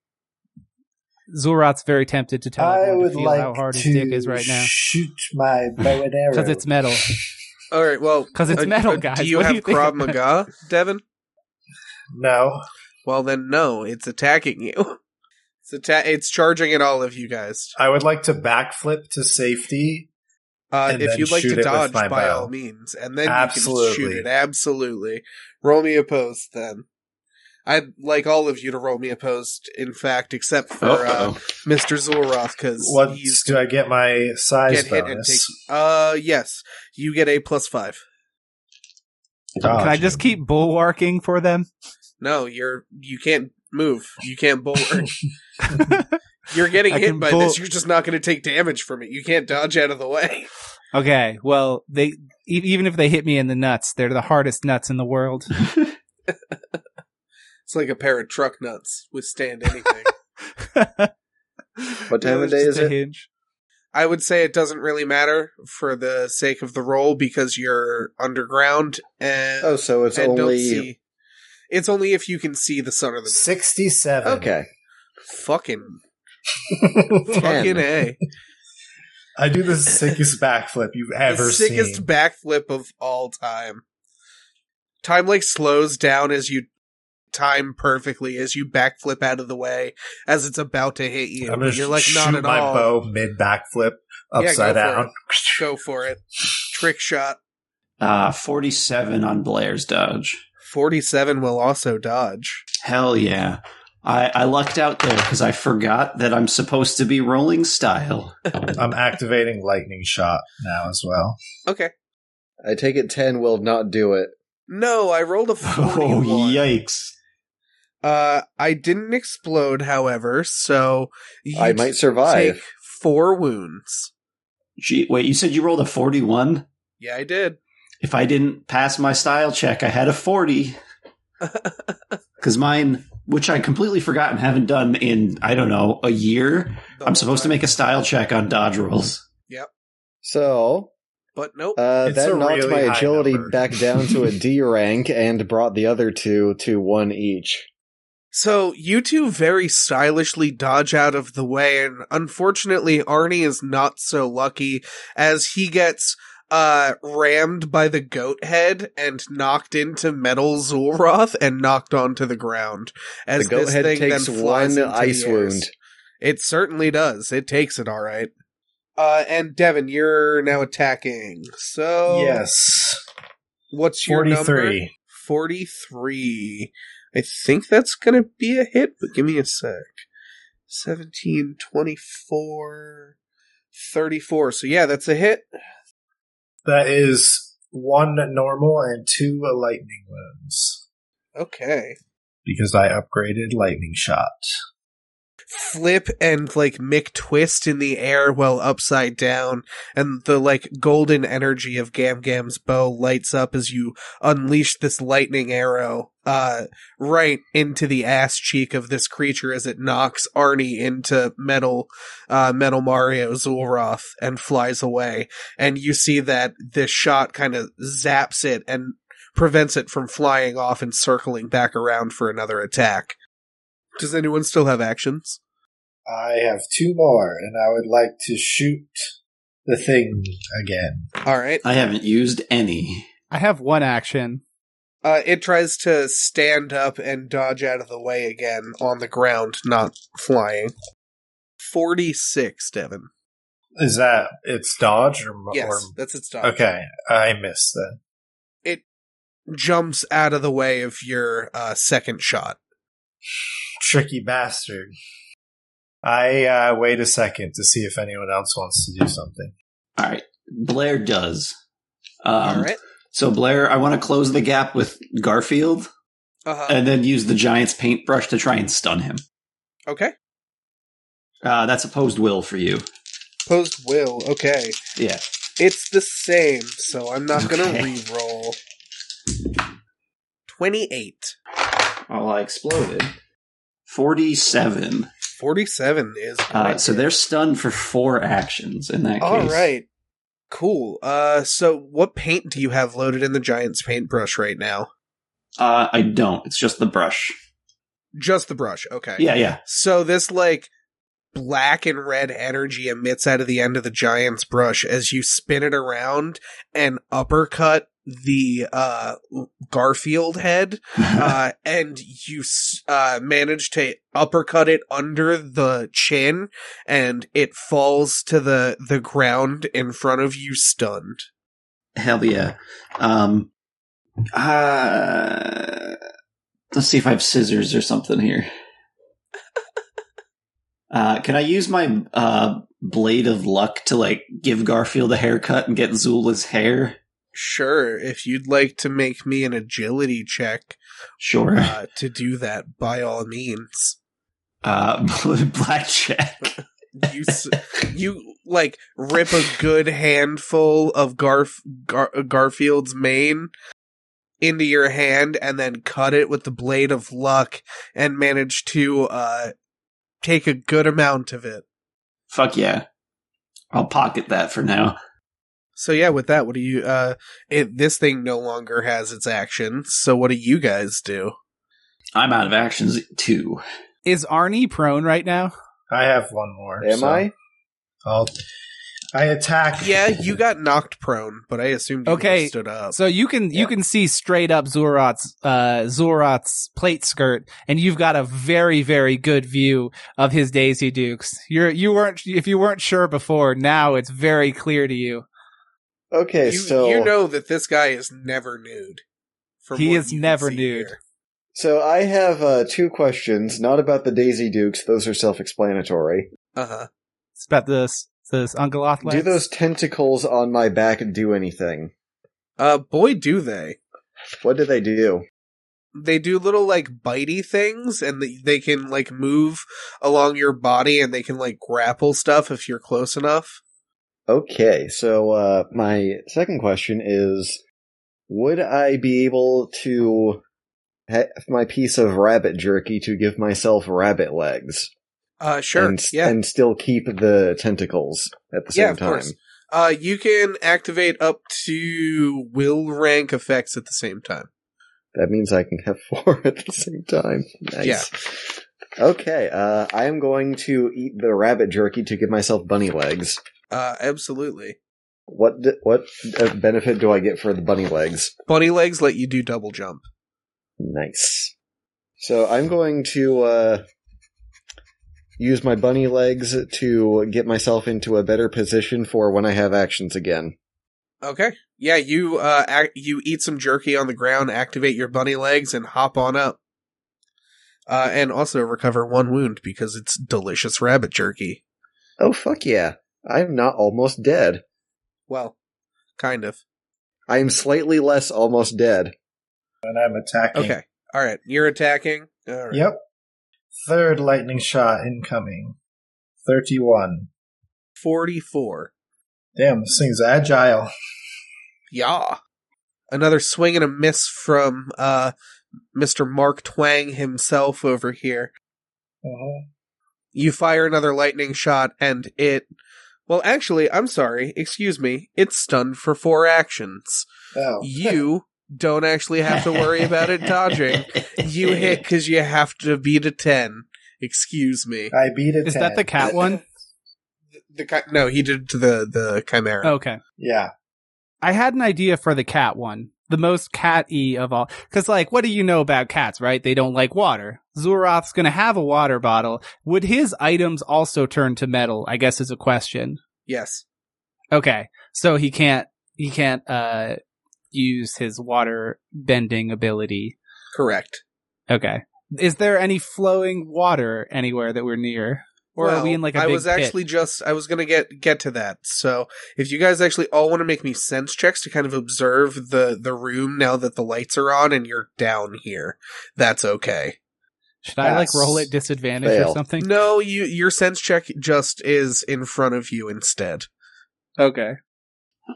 Zorat's very tempted to tell I everyone would to feel like how hard to his dick is right now shoot my bow and arrow because it's metal. All right, well, uh, 'Cause it's metal, guys. Do you What have do you think Krav about- Maga, Devin? no. Well, then no, it's attacking you. It's atta- It's charging at all of you guys. I would like to backflip to safety. Uh, And if then you'd like shoot to it with dodge, my by bow. all means, and then you can Absolutely. shoot it. Absolutely, roll me opposed. Then I'd like all of you to roll me opposed. In fact, except for uh, Uh-oh. Mr. Zoroth, because What he's do I get my size get hit and bonus? take. Uh, yes, you get a plus five. Can I Dodging. just keep bulwarking for them? No, you're you can't move. You can't bulwark. you're getting I hit can by bul- this. You're just not going to take damage from it. You can't dodge out of the way. Okay, well, they e- even if they hit me in the nuts, they're the hardest nuts in the world. It's like a pair of truck nuts withstand anything. What time of day is it? I would say it doesn't really matter for the sake of the roll because you're underground and, Oh, so it's and don't only see. It's only if you can see the sun or the moon. 67. okay. Fucking fucking Ten. a. I do the sickest backflip you've ever the sickest seen. backflip of all time. Time like slows down as you time perfectly as you backflip out of the way as it's about to hit you. I'm But gonna you're like shoot not at my all. bow mid backflip Yeah, go for upside down. Go for it. Trick shot. Uh, 47 on Blair's dodge. 47 will also dodge. Hell yeah. I, I lucked out there because I forgot that I'm supposed to be rolling style. I'm activating lightning shot now as well. Okay. I take it 10 will not do it. No, I rolled a 41. Oh, yikes. Uh, I didn't explode, however, so you I might take survive. four wounds. Gee, wait, you said you rolled a 41? Yeah, I did. If I didn't pass my style check, I had a 40. Because mine, which I completely forgot and haven't done in, I don't know, a year, The whole I'm supposed to time. make a style check on dodge rolls. So, But nope. uh, It's that a knocked really my high agility number. back down to a D rank and brought the other two to one each. So you two very stylishly dodge out of the way, and unfortunately, Arnie is not so lucky as he gets uh rammed by the goat head and knocked into metal Zulroth and knocked onto the ground. As the goat this head thing takes then flies one into ice the air. wound. It certainly does. It takes it all right. Uh, and Devin, you're now attacking. So Oh, Yes. what's your number? 43. 43. I think that's going to be a hit, but give me a sec. 17, 24, 34. So, yeah, that's a hit. That is one normal and two lightning wounds Okay. because I upgraded lightning shot. Flip and, like, Mick twist in the air while upside down, and the, like, golden energy of Gam Gam's bow lights up as you unleash this lightning arrow, uh, right into the ass cheek of this creature as it knocks Arnie into metal, uh, metal Mario Zulroth and flies away. And you see that this shot kind of zaps it and prevents it from flying off and circling back around for another attack. Does anyone still have actions? I have two more, and I would like to shoot the thing again. All right. I haven't used any. I have one action. Uh, it tries to stand up and dodge out of the way again on the ground, not flying. 46, Devin. Is that its dodge or, Yes, or that's its dodge. okay? I missed that. Jumps out of the way of your uh, second shot. Tricky bastard. I uh, wait a second to see if anyone else wants to do something. All right. Blair does. Um, All right. So, Blair, I want to close the gap with Garfield Uh-huh. and then use the Giants paintbrush to try and stun him. Okay. Uh, that's opposed will for you. Post will. Okay. Yeah. It's the same, so I'm not going Okay. to re-roll. 28. Well, I exploded. 47. 47 is. Uh, so great. they're stunned for four actions in that case. All right. Cool. Uh, so what paint do you have loaded in the Giants paintbrush right now? Uh, I don't. It's just the brush. Just the brush. Okay. Yeah, yeah. So this like black and red energy emits out of the end of the giant's brush as you spin it around and uppercut the uh Garfield head uh and you s- uh manage to uppercut it under the chin and it falls to the the ground in front of you stunned. Hell yeah. Um, uh, let's see if I have scissors or something here. Uh, can I use my uh, blade of luck to like give Garfield a haircut and get Zula's hair? Sure, if you'd like to make me an agility check Sure. uh, to do that by all means. Uh, blackjack. you s- you like rip a good handful of Garf Gar- Garfield's mane into your hand and then cut it with the blade of luck and manage to uh take a good amount of it. Fuck yeah. I'll pocket that for now. So yeah, with that, what do you uh it, this thing no longer has its actions. So what do you guys do? I'm out of actions too. Is Arnie prone right now? I have one more. Am so I? I'll, I attack. Yeah, you got knocked prone, but I assumed you Okay, okay. stood up. So you can Yeah. you can see straight up Zorat's uh Zorat's plate skirt, and you've got a very very good view of his Daisy Dukes. You're you weren't if you weren't sure before, now it's very clear to you. Okay, you, so you know that this guy is never nude. from He what is you can never see nude. here. so I have uh, two questions, not about the Daisy Dukes; those are self-explanatory. Uh-huh. It's about this this Ungoloth Do legs. those tentacles on my back do anything? Uh boy do they. What do they do? They do little like bitey things and they, they can like move along your body and they can like grapple stuff if you're close enough. Okay, so uh, my second question is: Would I be able to have my piece of rabbit jerky to give myself rabbit legs? Uh sure. and, s- yeah. and still keep the tentacles at the same Yeah, of time. course. Uh you can activate up to will rank effects at the same time. That means I can have four at the same time. Nice. Okay, uh, I am going to eat the rabbit jerky to give myself bunny legs. Uh absolutely. What d- what uh, benefit do I get for the bunny legs? Bunny legs let you do double jump. Nice. So I'm going to uh, use my bunny legs to get myself into a better position for when I have actions again. Okay. Yeah, you uh ac you eat some jerky on the ground, activate your bunny legs, and hop on up. Uh, and also recover one wound because it's delicious rabbit jerky. Oh fuck yeah! I'm not almost dead. Well, kind of. I am slightly less almost dead. And I'm attacking. Okay. All right. You're attacking. All right. Yep. Third lightning shot incoming. 31. 44. Damn, this thing's agile. Yeah. Another swing and a miss from uh, Mr. Mark Twang himself over here. Mhm. you fire another lightning shot and it well actually i'm sorry excuse me it's stunned for four actions Oh. you don't actually have to worry about it dodging you hit because you have to beat a 10 excuse me I beat it. Is that the cat one? Uh, the, chi- no he did it to the the chimera Okay. Yeah. I had an idea for the cat one. The most cat y of all. Cause like, what do you know about cats, right? They don't like water. Zoroth's gonna have a water bottle. Would his items also turn to metal? I guess is a question. yes Okay. So he can't, he can't, uh, use his water bending ability. correct Okay. Is there any flowing water anywhere that we're near? Or are Well, we in like a I big was pit? actually just I was gonna get get to that. So if you guys actually all want to make me sense checks to kind of observe the the room now that the lights are on and you're down here, that's okay. Should I like Pass. roll at disadvantage Fail. or something? No, you your sense check just is in front of you instead. Okay.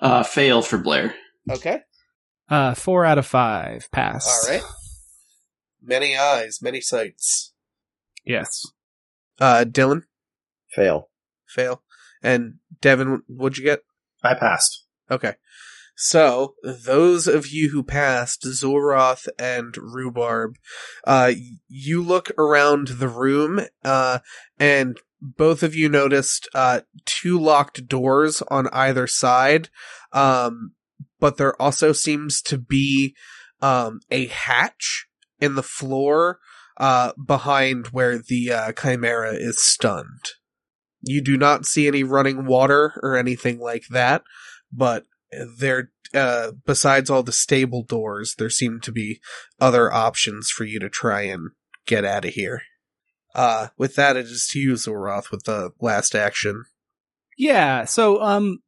Uh, fail for Blair. Okay. Uh, four out of five. Pass. All right. Many eyes, many sights. Yes. Uh, Dylan, Fail. fail, and Devin, what'd you get? I passed. Okay. So, those of you who passed, Zoroth and Rhubarb, uh, you look around the room, uh, and both of you noticed, uh, two locked doors on either side. Um, but there also seems to be, um, a hatch in the floor, uh, behind where the, uh, Chimera is stunned. You do not see any running water or anything like that but there uh besides all the stable doors there seem to be other options for you to try and get out of here uh with that it is to you zoroth with the last action Yeah. So, um,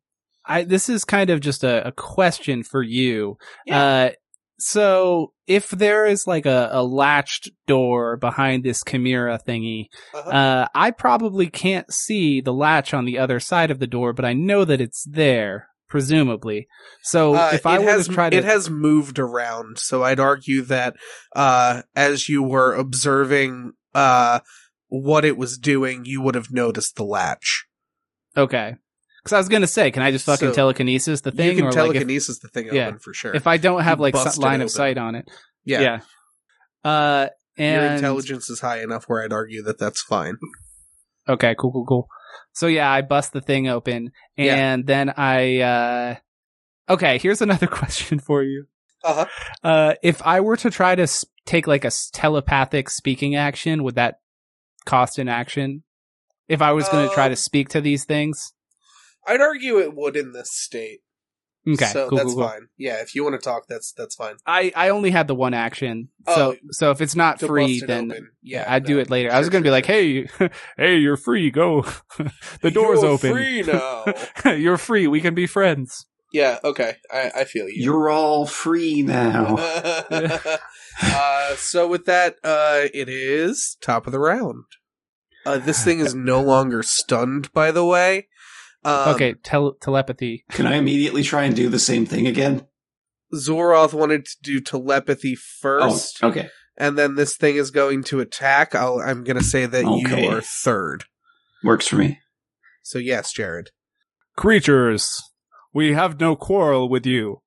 I this is kind of just a, a question for you. Uh, so if there is like a, a latched door behind this chimera thingy, Uh-huh. uh, I probably can't see the latch on the other side of the door, but I know that it's there, presumably. So Uh, if I it were has to try to, it has moved around so i'd argue that uh as you were observing uh what it was doing you would have noticed the latch okay. Because I was gonna say, can I just fucking So, telekinesis the thing, you can or like if, telekinesis the thing yeah, open for sure if I don't have you like bust some it line open. of sight on it? yeah, Uh, and your intelligence is high enough where i'd argue that that's fine Okay, cool, cool, cool. So yeah, I bust the thing open Yeah. and then I uh Okay, here's another question for you. Uh-huh. Uh if I were to try to s- take like a s- telepathic speaking action, would that cost an action? If I was going to try Um, to speak to these things? I'd argue it would in this state. Okay, so cool, that's cool, cool. fine. Yeah, if you want to talk, that's that's fine. I I only had the one action, so Oh, so if it's not To free, bust it then open. yeah, I'd do no. it later. I Sure, was gonna be sure, like, sure. hey, hey, you're free. Go, the door's You're open. Free now. you're free. We can be friends. yeah. Okay. I, I feel you. You're all free now. uh, so with that, uh, it is top of the round. Uh, this thing is no longer stunned, by the way. Um, okay, tel- telepathy. Can I immediately try and do the same thing again? Zoroth wanted to do telepathy first, Oh, okay. and then this thing is going to attack. I'll, I'm going to say that Okay. you are third. Works for me. So yes, Jared. Creatures, we have no quarrel with you.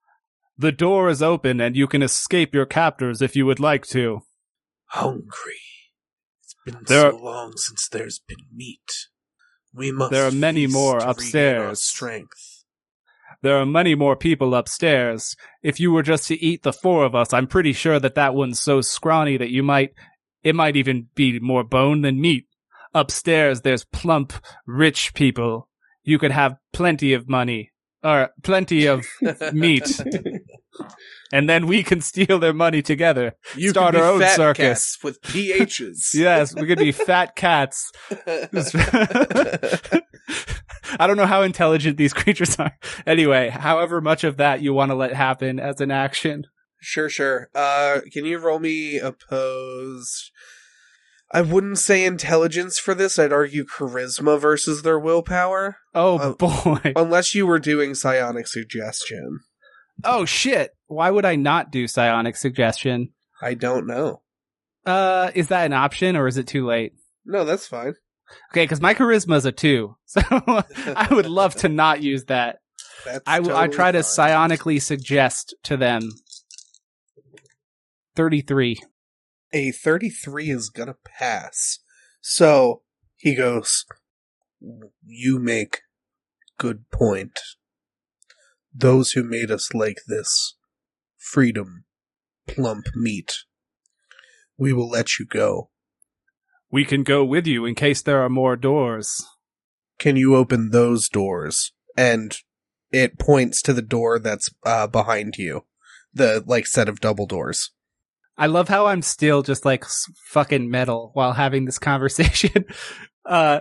The door is open, and you can escape your captors if you would like to. Hungry. It's been There so long since there's been meat. We must. There are many feast more to regain our upstairs. Strength. There are many more people upstairs. If you were just to eat the four of us, I'm pretty sure that that one's so scrawny that you might, it might even be more bone than meat. Upstairs, there's plump, rich people. You could have plenty of money, or plenty of meat, and then we can steal their money together. You Start could be our own fat circus. cats with PHs. Yes, we could be fat cats. I don't know how intelligent these creatures are. Anyway, however much of that you want to let happen as an action. sure, sure. Uh, can you roll me opposed? I wouldn't say intelligence for this. I'd argue charisma versus their willpower, Oh Uh, boy. unless you were doing psionic suggestion. Oh shit. Why would I not do psionic suggestion? I don't know. Uh, is that an option or is it too late? No, that's fine. Okay, because my charisma's a two, so I would love to not use that. That's I, w- I totally try to fine. psionically suggest to them. Thirty-three. a 33 is gonna pass. So he goes, You make good point. Those who made us like this freedom, plump meat, we will let you go. We can go with you in case there are more doors. Can you open those doors? And it points to the door that's uh, behind you, the like set of double doors. I love how I'm still just like s- fucking metal while having this conversation. uh,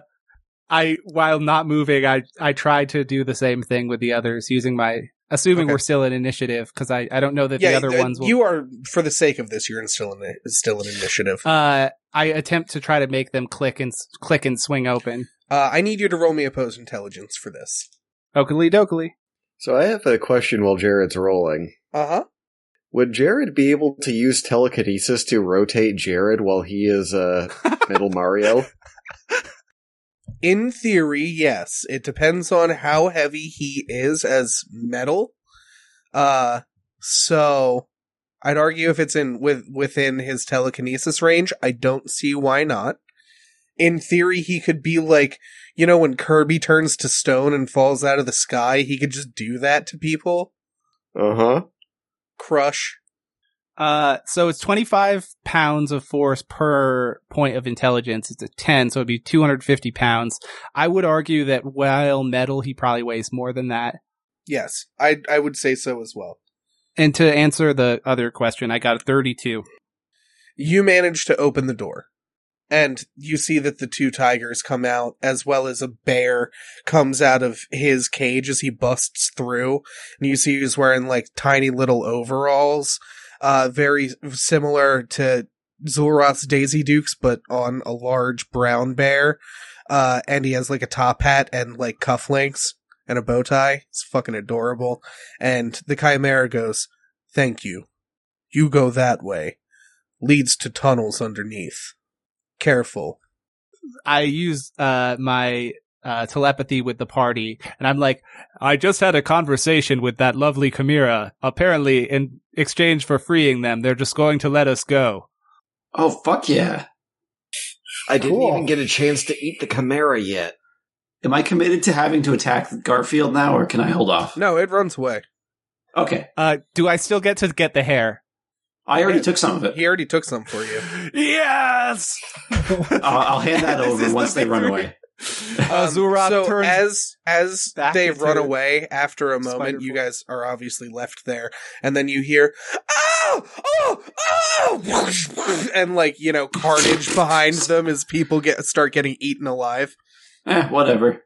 I, while not moving, I, I tried to do the same thing with the others using my, assuming Okay. we're still in initiative because I, I don't know that the other uh, ones will. you are for the sake of this. You're in still in still in initiative. uh, I attempt to try to make them click and s- click and swing open. Uh, I need you to roll me opposed intelligence for this. Oakley dokley. So I have a question while Jared's rolling. Uh huh. Would Jared be able to use telekinesis to rotate Jared while he is uh, Middle Mario? In theory, yes. It depends on how heavy he is as metal. Uh, so I'd argue if it's in with within his telekinesis range, I don't see why not. In theory, he could be like, you know, when Kirby turns to stone and falls out of the sky, he could just do that to people. Uh huh. Crush. Uh, so it's 25 pounds of force per point of intelligence. It's a 10, so it'd be 250 pounds. I would argue that while metal, he probably weighs more than that. Yes, I I would say so as well. And to answer the other question, I got a 32. you manage to open the door and you see that the two tigers come out as well as a bear comes out of his cage as he busts through and you see he's wearing like tiny little overalls uh very similar to Zoroth's Daisy Dukes but on a large brown bear uh and he has like a top hat and like cufflinks and a bow tie it's fucking adorable and the chimera goes thank you you go that way leads to tunnels underneath. Careful. I use, uh, my, uh, telepathy with the party, and I'm like, I just had a conversation with that lovely Chimera. Apparently, in exchange for freeing them, they're just going to let us go. Oh, fuck yeah. I didn't Cool. even get a chance to eat the Chimera yet. Am I committed to having to attack Garfield now, or can I hold off? No, it runs away. Okay. Uh, do I still get to get the hair? I already took some of it. He already took some for you. Yes! Uh, I'll I'll hand that This is over the once they run victory. away. Uh, Um, Zurat so turns as as back they into run away after a spider moment, you form. guys are obviously left there, and then you hear oh oh oh, and like you know carnage behind them as people get start getting eaten alive. Eh, whatever.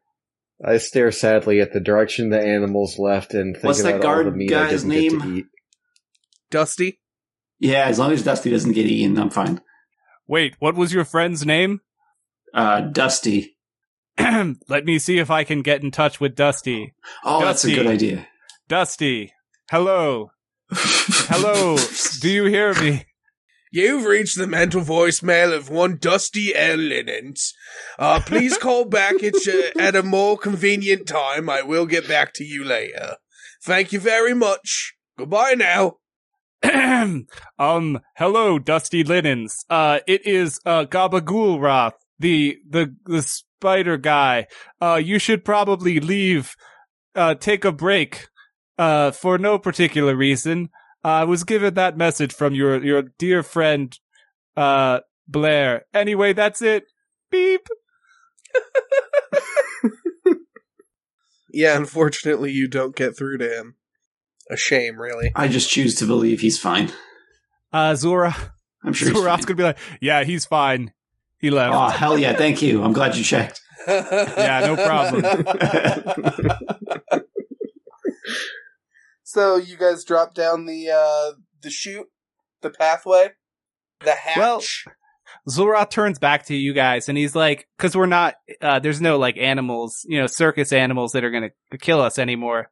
I stare sadly at the direction the animals left and think What's that about all guard the meat I guy's didn't get to name? eat. Dusty, Yeah, as long as Dusty doesn't get eaten, I'm fine. Wait, what was your friend's name? Uh, Dusty. Let me see if I can get in touch with Dusty. Oh, that's a Dusty. good idea. Dusty, hello, hello. Do you hear me? you've reached the mental voicemail of one Dusty L. Linens. Uh, please call back at, uh, at a more convenient time. I will get back to you later. Thank you very much. Goodbye now. um, hello, Dusty Linens. Uh, it is uh Gabagool Roth, the the the spider guy. Uh, you should probably leave. Uh, take a break. Uh, for no particular reason. Uh, I was given that message from your your dear friend, uh, Blair. Anyway, that's it. Beep. Yeah, unfortunately, you don't get through to him. A shame, really. I just choose to believe he's fine. Uh, Zora. I'm sure he's fine. Zorath's gonna be like, yeah, he's fine. He left. Oh, hell yeah. Thank you. I'm glad you checked. yeah, no problem. so you guys drop down the uh the chute, the pathway, the hatch. Well- Zorath turns back to you guys and he's like, because we're not, uh, there's no like animals, you know, circus animals that are going to kill us anymore.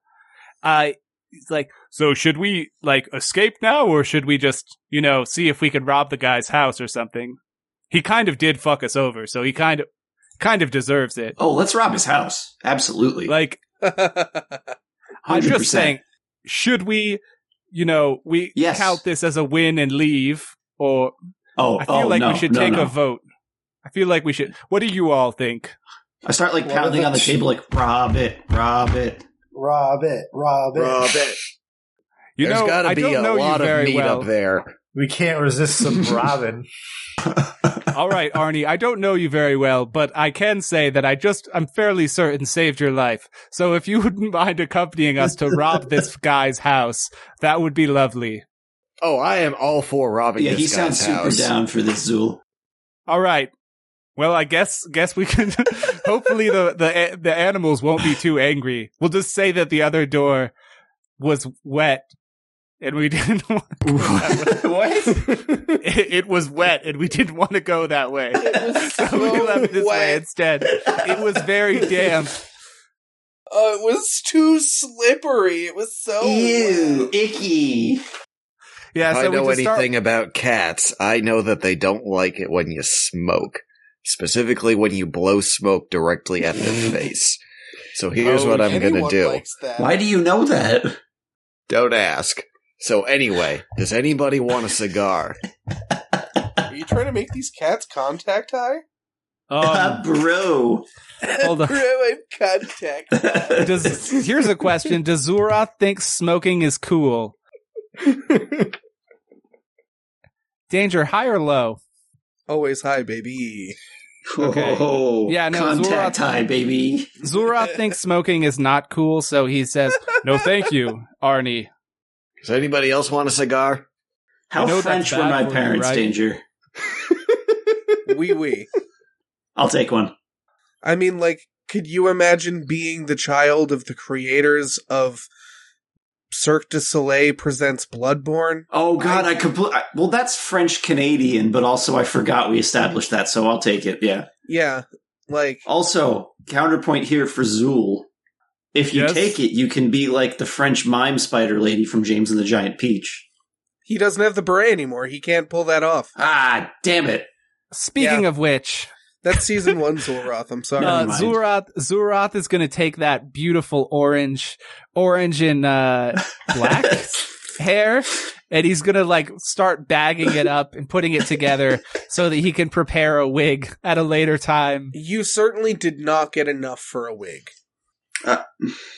Uh, he's like, so should we like escape now or should we just, you know, see if we could rob the guy's house or something? He kind of did fuck us over, so he kind of, kind of deserves it. Oh, let's rob his house. Absolutely. Like, i am 100%. just saying, should we, you know, we Yes. count this as a win and leave or Oh, I feel oh, like no, we should no, take no. a vote. I feel like we should. What do you all think? I start like What are pounding the on the ch- table, like rob it, rob it. Rob it, rob it. You There's know, gotta I be don't a know lot you very of meat well. up there. We can't resist some Robin. all right, Arnie, I don't know you very well, but I can say that I just, I'm fairly certain saved your life. So if you wouldn't mind accompanying us to rob this guy's house, that would be lovely. Oh, I am all for robbing yeah, this he guy's sounds house. super down for this Zool. All right. Well, I guess guess we can. hopefully, the the the animals won't be too angry. We'll just say that the other door was wet, and we didn't. Want, what? it, it was wet, and we didn't want to go that way. So we so left this way wet. instead. It was very damp. oh, it was too slippery. It was so Oh, Ew, icky. Yeah, If so I we know just anything start- about cats, I know that they don't like it when you smoke, specifically when you blow smoke directly at their face. So here's Oh, what I'm anyone gonna do. likes that. Why do you know that? Don't ask. So anyway, does anybody want a cigar? Are you trying to make these cats contact high? Um, Bro. Hold on. I'm contact. does here's a question: Does Zura think smoking is cool? Danger high or low? Always high, baby. Okay. Oh, Yeah, no, contact Zorath- high, baby. Zura thinks smoking is not cool, so he says, "No, thank you, Arnie." Does anybody else want a cigar? How You know that's French were bad my for you, parents, right? Danger? Wee wee. I'll take one. I mean, like, could you imagine being the child of the creators of Cirque du Soleil presents Bloodborne? Oh God, I complete. Well, that's French Canadian, but also I forgot we established that, so I'll take it. Yeah. Yeah, like, Also, counterpoint here for Zool. If you Yes? take it, you can be like the French mime spider lady from James and the Giant Peach. he doesn't have the beret anymore. He can't pull that off. Ah, damn it. Speaking of which, That's season one, Zulroth. I'm sorry. No. uh, Never mind. Zurath Zurath is going to take that beautiful orange, orange and uh, black hair, and he's going to like start bagging it up and putting it together so that he can prepare a wig at a later time. You certainly did not get enough for a wig. Uh,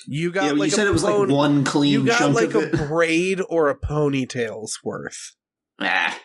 you got yeah, like you said a it was like pony- one clean You got chunk like of a it. braid or a ponytail's worth.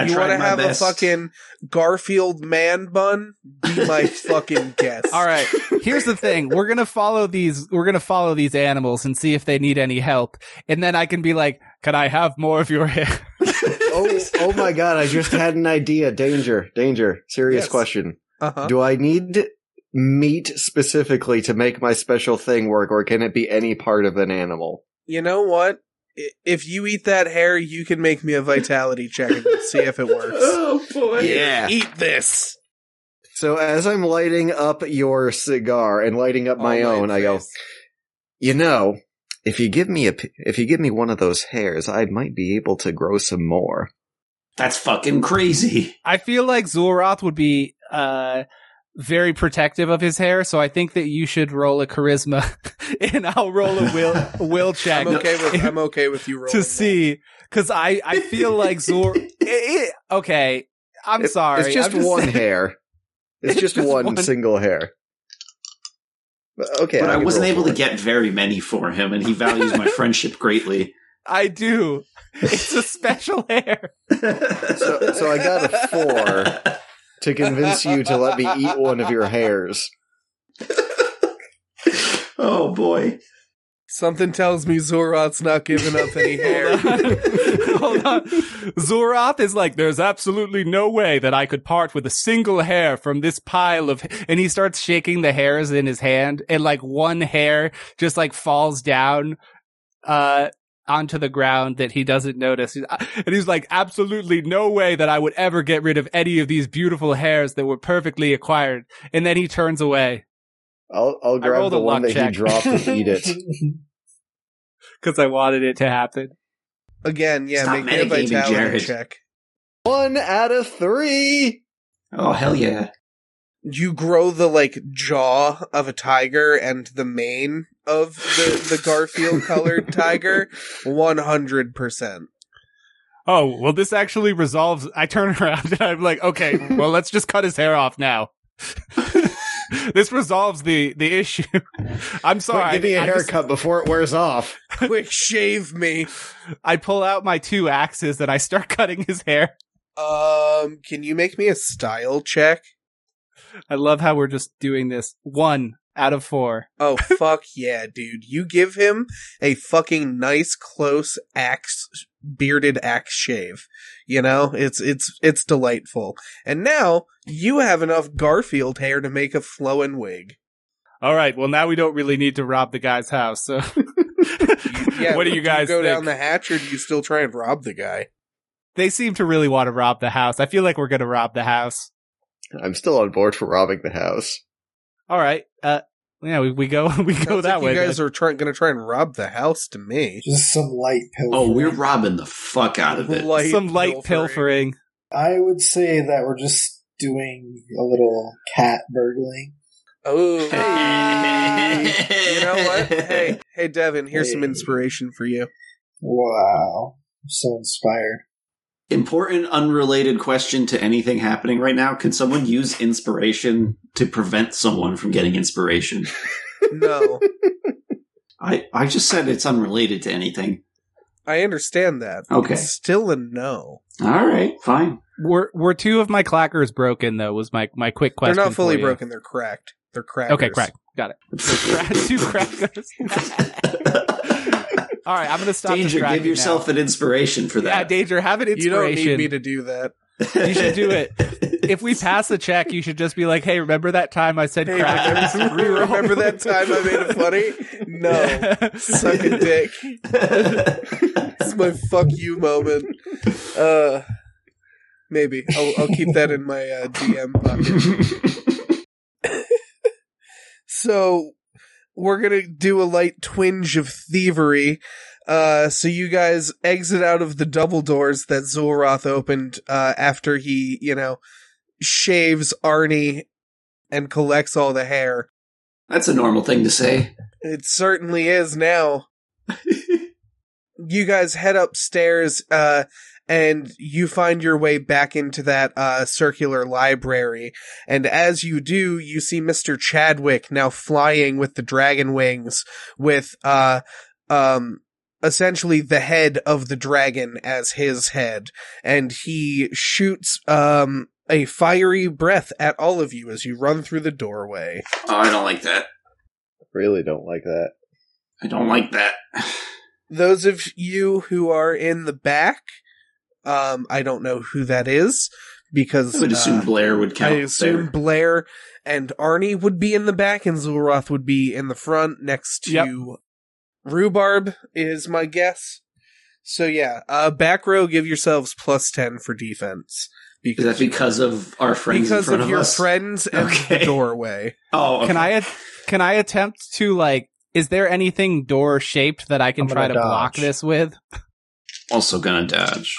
Ah, I you tried want to my have best. a fucking Garfield man bun? Be my fucking guest. All right. Here's the thing. We're going to follow these we're going to follow these animals and see if they need any help. And then I can be like, "Can I have more of your hair?" Oh, oh my god! I just had an idea. Danger, danger! Serious Yes. question. Uh-huh. Do I need meat specifically to make my special thing work, or can it be any part of an animal? You know what? I- If you eat that hair, you can make me a vitality check and we'll see if it works. Oh boy! Yeah. Eat this. So as I'm lighting up your cigar and lighting up my On own, I go. face. You know, if you give me a p- if you give me one of those hairs, I might be able to grow some more. That's fucking crazy. I feel like Zulroth would be uh very protective of his hair, so I think that you should roll a charisma and I'll roll a will will check. I'm okay with I'm okay with you rolling to that. see because I I feel like Zor. it, it- okay, I'm It- sorry. It's just I'm one saying- hair. It's just, just one, one. single hair. But, Okay, but I can wasn't roll able for to it. get very many for him, and he values my friendship greatly. I do. It's a special hair. So, so I got a four to convince you to let me eat one of your hairs. oh boy. Something tells me Zoroth's not giving up any hair. Hold on. Zoroth is like, there's absolutely no way that I could part with a single hair from this pile of, and he starts shaking the hairs in his hand and like one hair just like falls down, uh, onto the ground that he doesn't notice. He's- uh, And he's like, absolutely no way that I would ever get rid of any of these beautiful hairs that were perfectly acquired. And then he turns away I'll I'll grab rolled the a one luck that check. he dropped and eat it. because I wanted it to happen. Again, yeah, make Stop me a metagaming, vitality Jared. check. One out of three. Oh hell yeah. You grow the like jaw of a tiger and the mane of the, the Garfield colored tiger one hundred percent. Oh, well, this actually resolves. I turn around and I'm like, okay, well, let's just cut his hair off now. this resolves the the issue. I'm Quick, sorry. give me a I just- haircut before it wears off. Quick shave me. I pull out my two axes and I start cutting his hair. Um can you make me a style check? I love how we're just doing this. One out of four. Oh fuck yeah, dude. You give him a fucking nice close axe bearded axe shave. You know, it's it's it's delightful. And now you have enough Garfield hair to make a flowing wig. All right. Well, now we don't really need to rob the guy's house. So, what do you guys go think? down the hatch or do you still try and rob the guy? they seem to really want to rob the house. I feel like we're going to rob the house. I'm still on board for robbing the house. All right. Uh, yeah, we, we go we go Sounds that like way. You then. guys are try- going to try and rob the house to me. Just some light pill. Oh, we're robbing the fuck out of it. Light some light pilfering. I would say that we're just doing a little cat burgling. Oh. You know what? Hey, hey, Devin. Here's some Hey. inspiration for you. Wow. I'm so inspired. Important unrelated question to anything happening right now. Can someone use inspiration to prevent someone from getting inspiration? No, I, I just said it's unrelated to anything. I understand that. Okay. It's still a no. All right, fine. Were were two of my clackers broken though? Was my my quick question? They're not fully for you. broken. They're cracked. They're cracked. Okay, crack. Got it. Crack- two crackers. All right, I'm gonna stop. Danger, distracting give yourself an inspiration for now. yeah, that. danger. Have an You don't inspiration. need me to do that. You should do it. If we pass a check, you should just be like, "Hey, remember that time I said Hey, crackers?" remember, Reroll. remember that time I made it funny? No, suck a dick. This is my fuck you moment. Uh, maybe I'll, I'll keep that in my uh, DM pocket. So we're gonna do a light twinge of thievery. Uh, so you guys exit out of the double doors that Zulroth opened uh, after he, you know, shaves Arnie and collects all the hair. That's a normal thing to say. It certainly is now. you guys head upstairs uh and you find your way back into that uh circular library and as you do you see Mr. Chadwick now flying with the dragon wings with uh um essentially the head of the dragon as his head, and he shoots um, a fiery breath at all of you as you run through the doorway. Oh, I don't like that. Really don't like that. I don't like that. Those of you who are in the back, um, I don't know who that is because I would assume uh, Blair would I count. assume there. Blair and Arnie would be in the back, and Zulroth would be in the front next to Yep. Rhubarb, is my guess. So yeah, uh, back row, give yourselves plus ten for defense Is that because of our friends in because front of, of, your us? friends and the Okay. doorway. oh, okay. Can I at- can I attempt to like? Is there anything door shaped that I can I'm try gonna to block dodge. this with? also gonna dodge?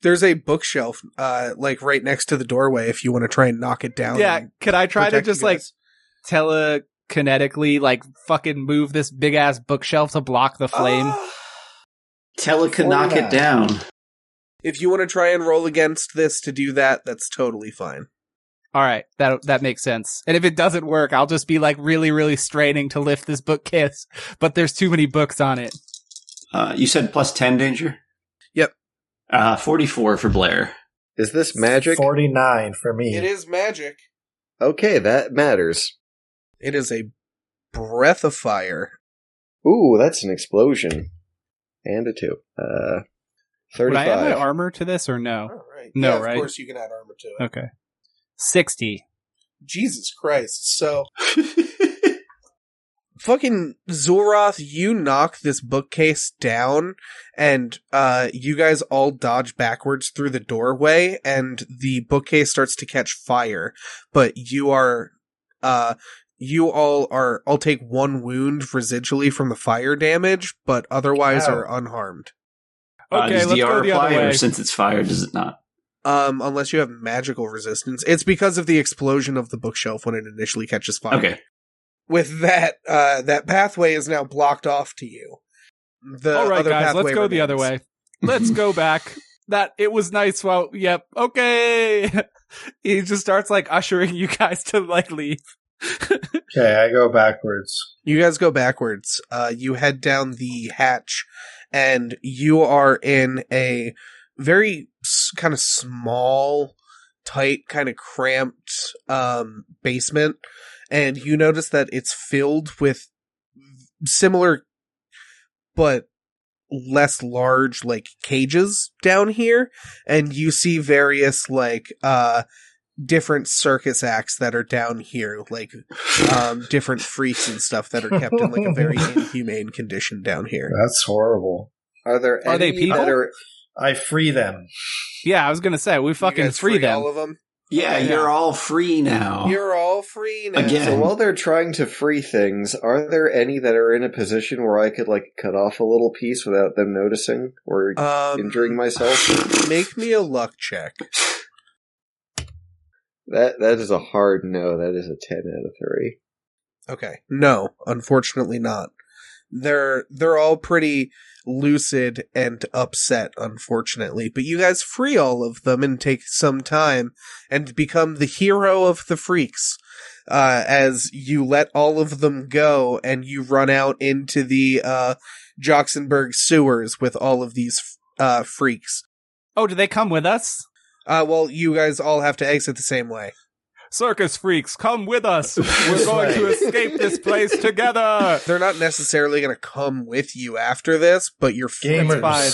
There's a bookshelf, uh, like right next to the doorway. If you want to try and knock it down, Yeah, and could I try to protect just you like guys. telekinetically like fucking move this big ass bookshelf to block the flame? Tella can knock 49. it down. If you want to try and roll against this to do that, that's totally fine. All right, that that makes sense. And if it doesn't work, I'll just be like really really straining to lift this bookcase, but there's too many books on it. Uh, you said plus ten danger. Yep. Uh, forty-four for Blair. Is this magic? 49 for me. It is magic. okay, that matters. It is a breath of fire. Ooh, that's an explosion. And a two. Uh, Would I add my thirty-five. armor to this or no? All right. No, yeah, Of right? course, you can add armor to it. Okay. 60. Jesus Christ! So fucking Zoroth, you knock this bookcase down, and uh, you guys all dodge backwards through the doorway, and the bookcase starts to catch fire. But you are, uh, you all are. I'll take one wound residually from the fire damage, but otherwise Ow. are unharmed. Uh, does DR apply, way. or since it's fire, does it not? Um, unless you have magical resistance, it's because of the explosion of the bookshelf when it initially catches fire. Okay. with that uh that pathway is now blocked off to you. The All right, other guys, let's pathway go the other remains. way. Let's go back. That it was nice. Well, yep. Okay. he just starts like ushering you guys to like leave. Okay, I go backwards. You guys go backwards. Uh you head down the hatch and you are in a very s- kind of small, tight, kind of cramped um basement and you notice that it's filled with similar but less large like cages down here and you see various like uh different circus acts that are down here like um different freaks and stuff that are kept in like a very inhumane condition down here That's horrible. Are there Are they any people? that are? I free them. Yeah, I was gonna say we fucking free, them. all of them Yeah, Yeah. you're all free now. you're all free now Oh. Again. So while they're trying to free things, are there any that are in a position where I could like cut off a little piece without them noticing or Uh, um injuring myself? make me a luck check That that is a hard no. That is a ten out of three. Okay. No, unfortunately not. They're they're all pretty lucid and upset, unfortunately. But you guys free all of them and take some time and become the hero of the freaks. Uh, as you let all of them go and you run out into the uh, Joxenberg sewers with all of these uh, freaks. Oh, do they come with us? Uh, well, you guys all have to exit the same way. Circus freaks, come with us. We're This going to way. escape this place together. They're not necessarily going to come with you after this, but you're Gamers. fine.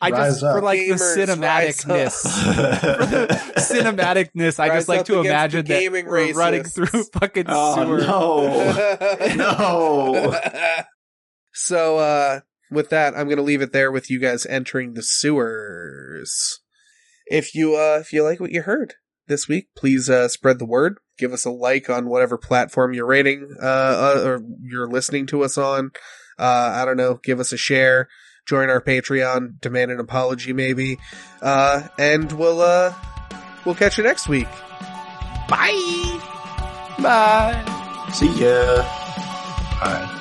I Rise just for up. like the Gamers, rise cinematicness. Cinema. cinematicness, I Rise just like up to against the imagine that gaming we're running racists. through fucking sewer. Oh no, no. so uh with that i'm gonna leave it there with you guys entering the sewers if you uh if you like what you heard this week please uh spread the word give us a like on whatever platform you're rating uh, uh or you're listening to us on uh i don't know give us a share join our patreon demand an apology maybe uh and we'll uh we'll catch you next week bye Bye. See ya. Fine.